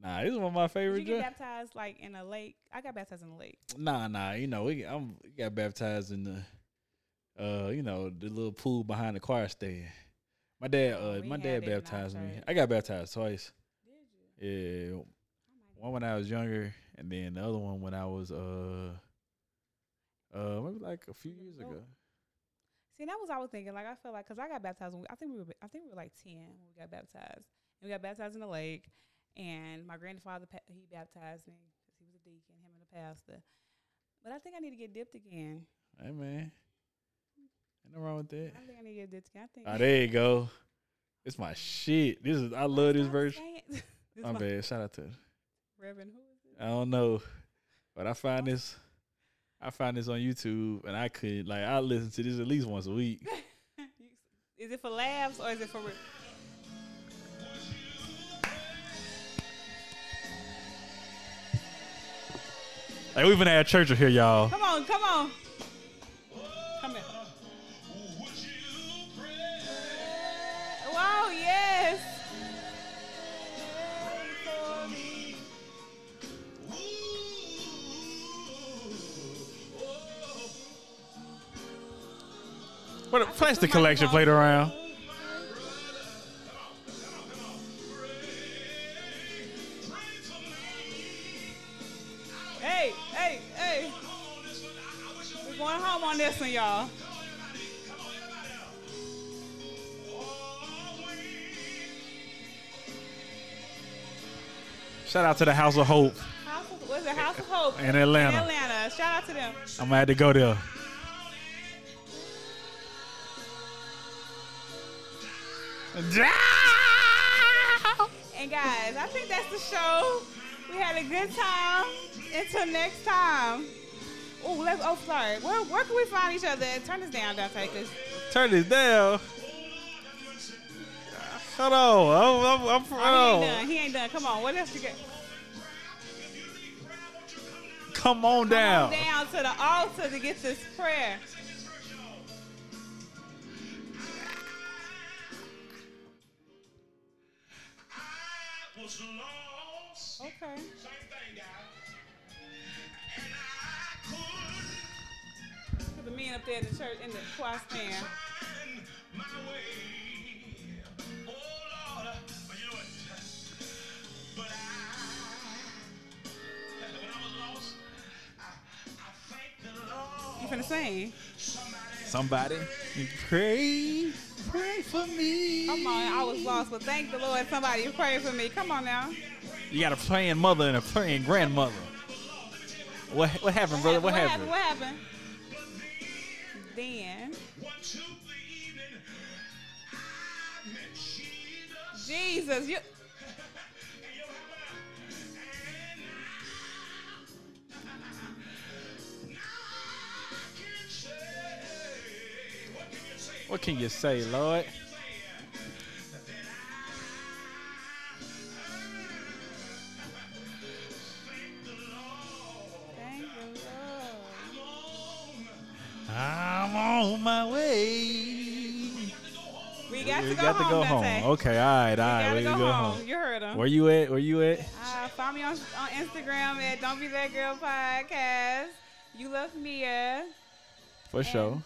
A: Nah, this is one of my
B: Did
A: favorite.
B: you get
A: dra-
B: baptized like in a lake? I got baptized in a lake.
A: Nah, nah. You know, we I'm we got baptized in the, uh, you know, the little pool behind the choir stand. My dad,
B: Oh,
A: uh,
B: we
A: my
B: had
A: dad
B: it in our
A: baptized me.
B: church.
A: I got baptized twice.
B: Did you?
A: Yeah, one when I was younger, and then the other one when I was uh, uh, maybe like a few years ago.
B: See, and that was I was thinking. Like I felt like because I got baptized. When we, I think we were. I think we were like ten when we got baptized. And we got baptized in the lake, and my grandfather pa- he baptized me because he was a deacon, him and the pastor. But I think I need to get dipped again.
A: Hey man, ain't no wrong with that.
B: I think I need to get dipped again. I think.
A: Ah, there you go. It's my shit. This is I love this version.
B: this
A: My
B: my
A: bad. Shout out to.
B: Reverend, who is it?
A: I don't know, but I find this, I find this on YouTube, and I could like I listen to this at least once a week.
B: You- is it for laughs or is it for real?
A: Like we've been at church here, y'all.
B: Come on, come on. Come here. Wow, yes.
A: What a
B: plastic collection played
A: around.
B: Hey, hey, hey. We're going home on this one, y'all.
A: Shout out to the House of Hope
B: House of, what's it? House of Hope
A: in
B: in
A: Atlanta.
B: Atlanta. Shout out to them.
A: I'm gonna have to go there.
B: And guys, I think that's the show. We had a good time. Until next time. Oh, let's. Oh, sorry. Where, where can we find each other? Turn this down, Don't take us.
A: Turn this down. Hold on, I'm, I'm, I'm,
B: Oh, he ain't
A: oh.
B: done. He ain't done. Come on. What else you got?
A: Come on down.
B: Come on down to the altar to get this prayer.
C: was lost.
B: Okay.
C: Same thing, guys. And I couldn't
B: To the men up there in the church in the choir stand.
C: find my way. Oh, Lord. But you know what? But I, when I was lost, I, I thank the
B: You
C: Lord.
B: finna sing.
C: Somebody
A: Somebody pray, pray for me.
B: Come on. I was lost, but thank the Lord somebody prayed for me. Come on now.
C: prayed
A: You got a praying mother and a praying grandmother. What what happened, brother? What, happened?
B: What happened? Then
C: Once of the evening, I met Jesus.
B: Jesus, you
C: And yo, how about I- And now, now I can say, what can you say?
A: What can you say, Lord?
B: thank you, Lord.
A: I'm on my way.
B: We got
A: You
B: to go
A: got
B: home.
A: to go
B: Dante.
A: home. Okay, all right, all right.
B: gotta
A: We
B: go,
A: can go
B: home.
A: home.
B: You heard him.
A: Where you at? Where you at?
B: Uh, find me on, on Instagram at Don't Be That Girl Podcast. You love Mia.
A: For sure.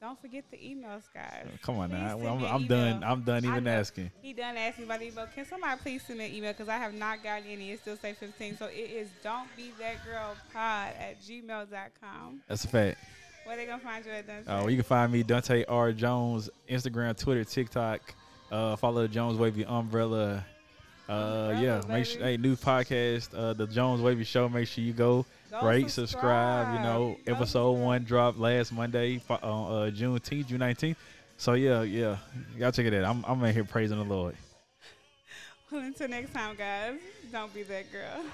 B: Don't forget the emails, guys.
A: Uh, Come on
B: Please
A: now.
B: send
A: I'm,
B: me an
A: I'm done.
B: email.
A: I'm done
B: I
A: even
B: know.
A: asking.
B: He done asked me about the email. Can somebody please send me an email? Because I have not gotten any. It still say 15. So it is don't be that girl pod at gmail.com.
A: That's a fact.
B: Where they going to find you at, Dante?
A: Uh, well, you can find me Dante R Jones Instagram, Twitter, TikTok. Uh, follow the Jones Wavy Umbrella. Uh, yeah,
B: Umbrella,
A: make sure,
B: baby.
A: hey new podcast, uh, the Jones Wavy Show. Make sure you go,
B: Go
A: rate, subscribe. You
B: subscribe.
A: know,
B: Go
A: episode
B: subscribe.
A: one dropped last Monday, fo- on uh, June 10th, June 19th. So yeah, yeah, y'all check it out. I'm I'm in here praising the Lord.
B: Well, until next time, guys, don't be that girl.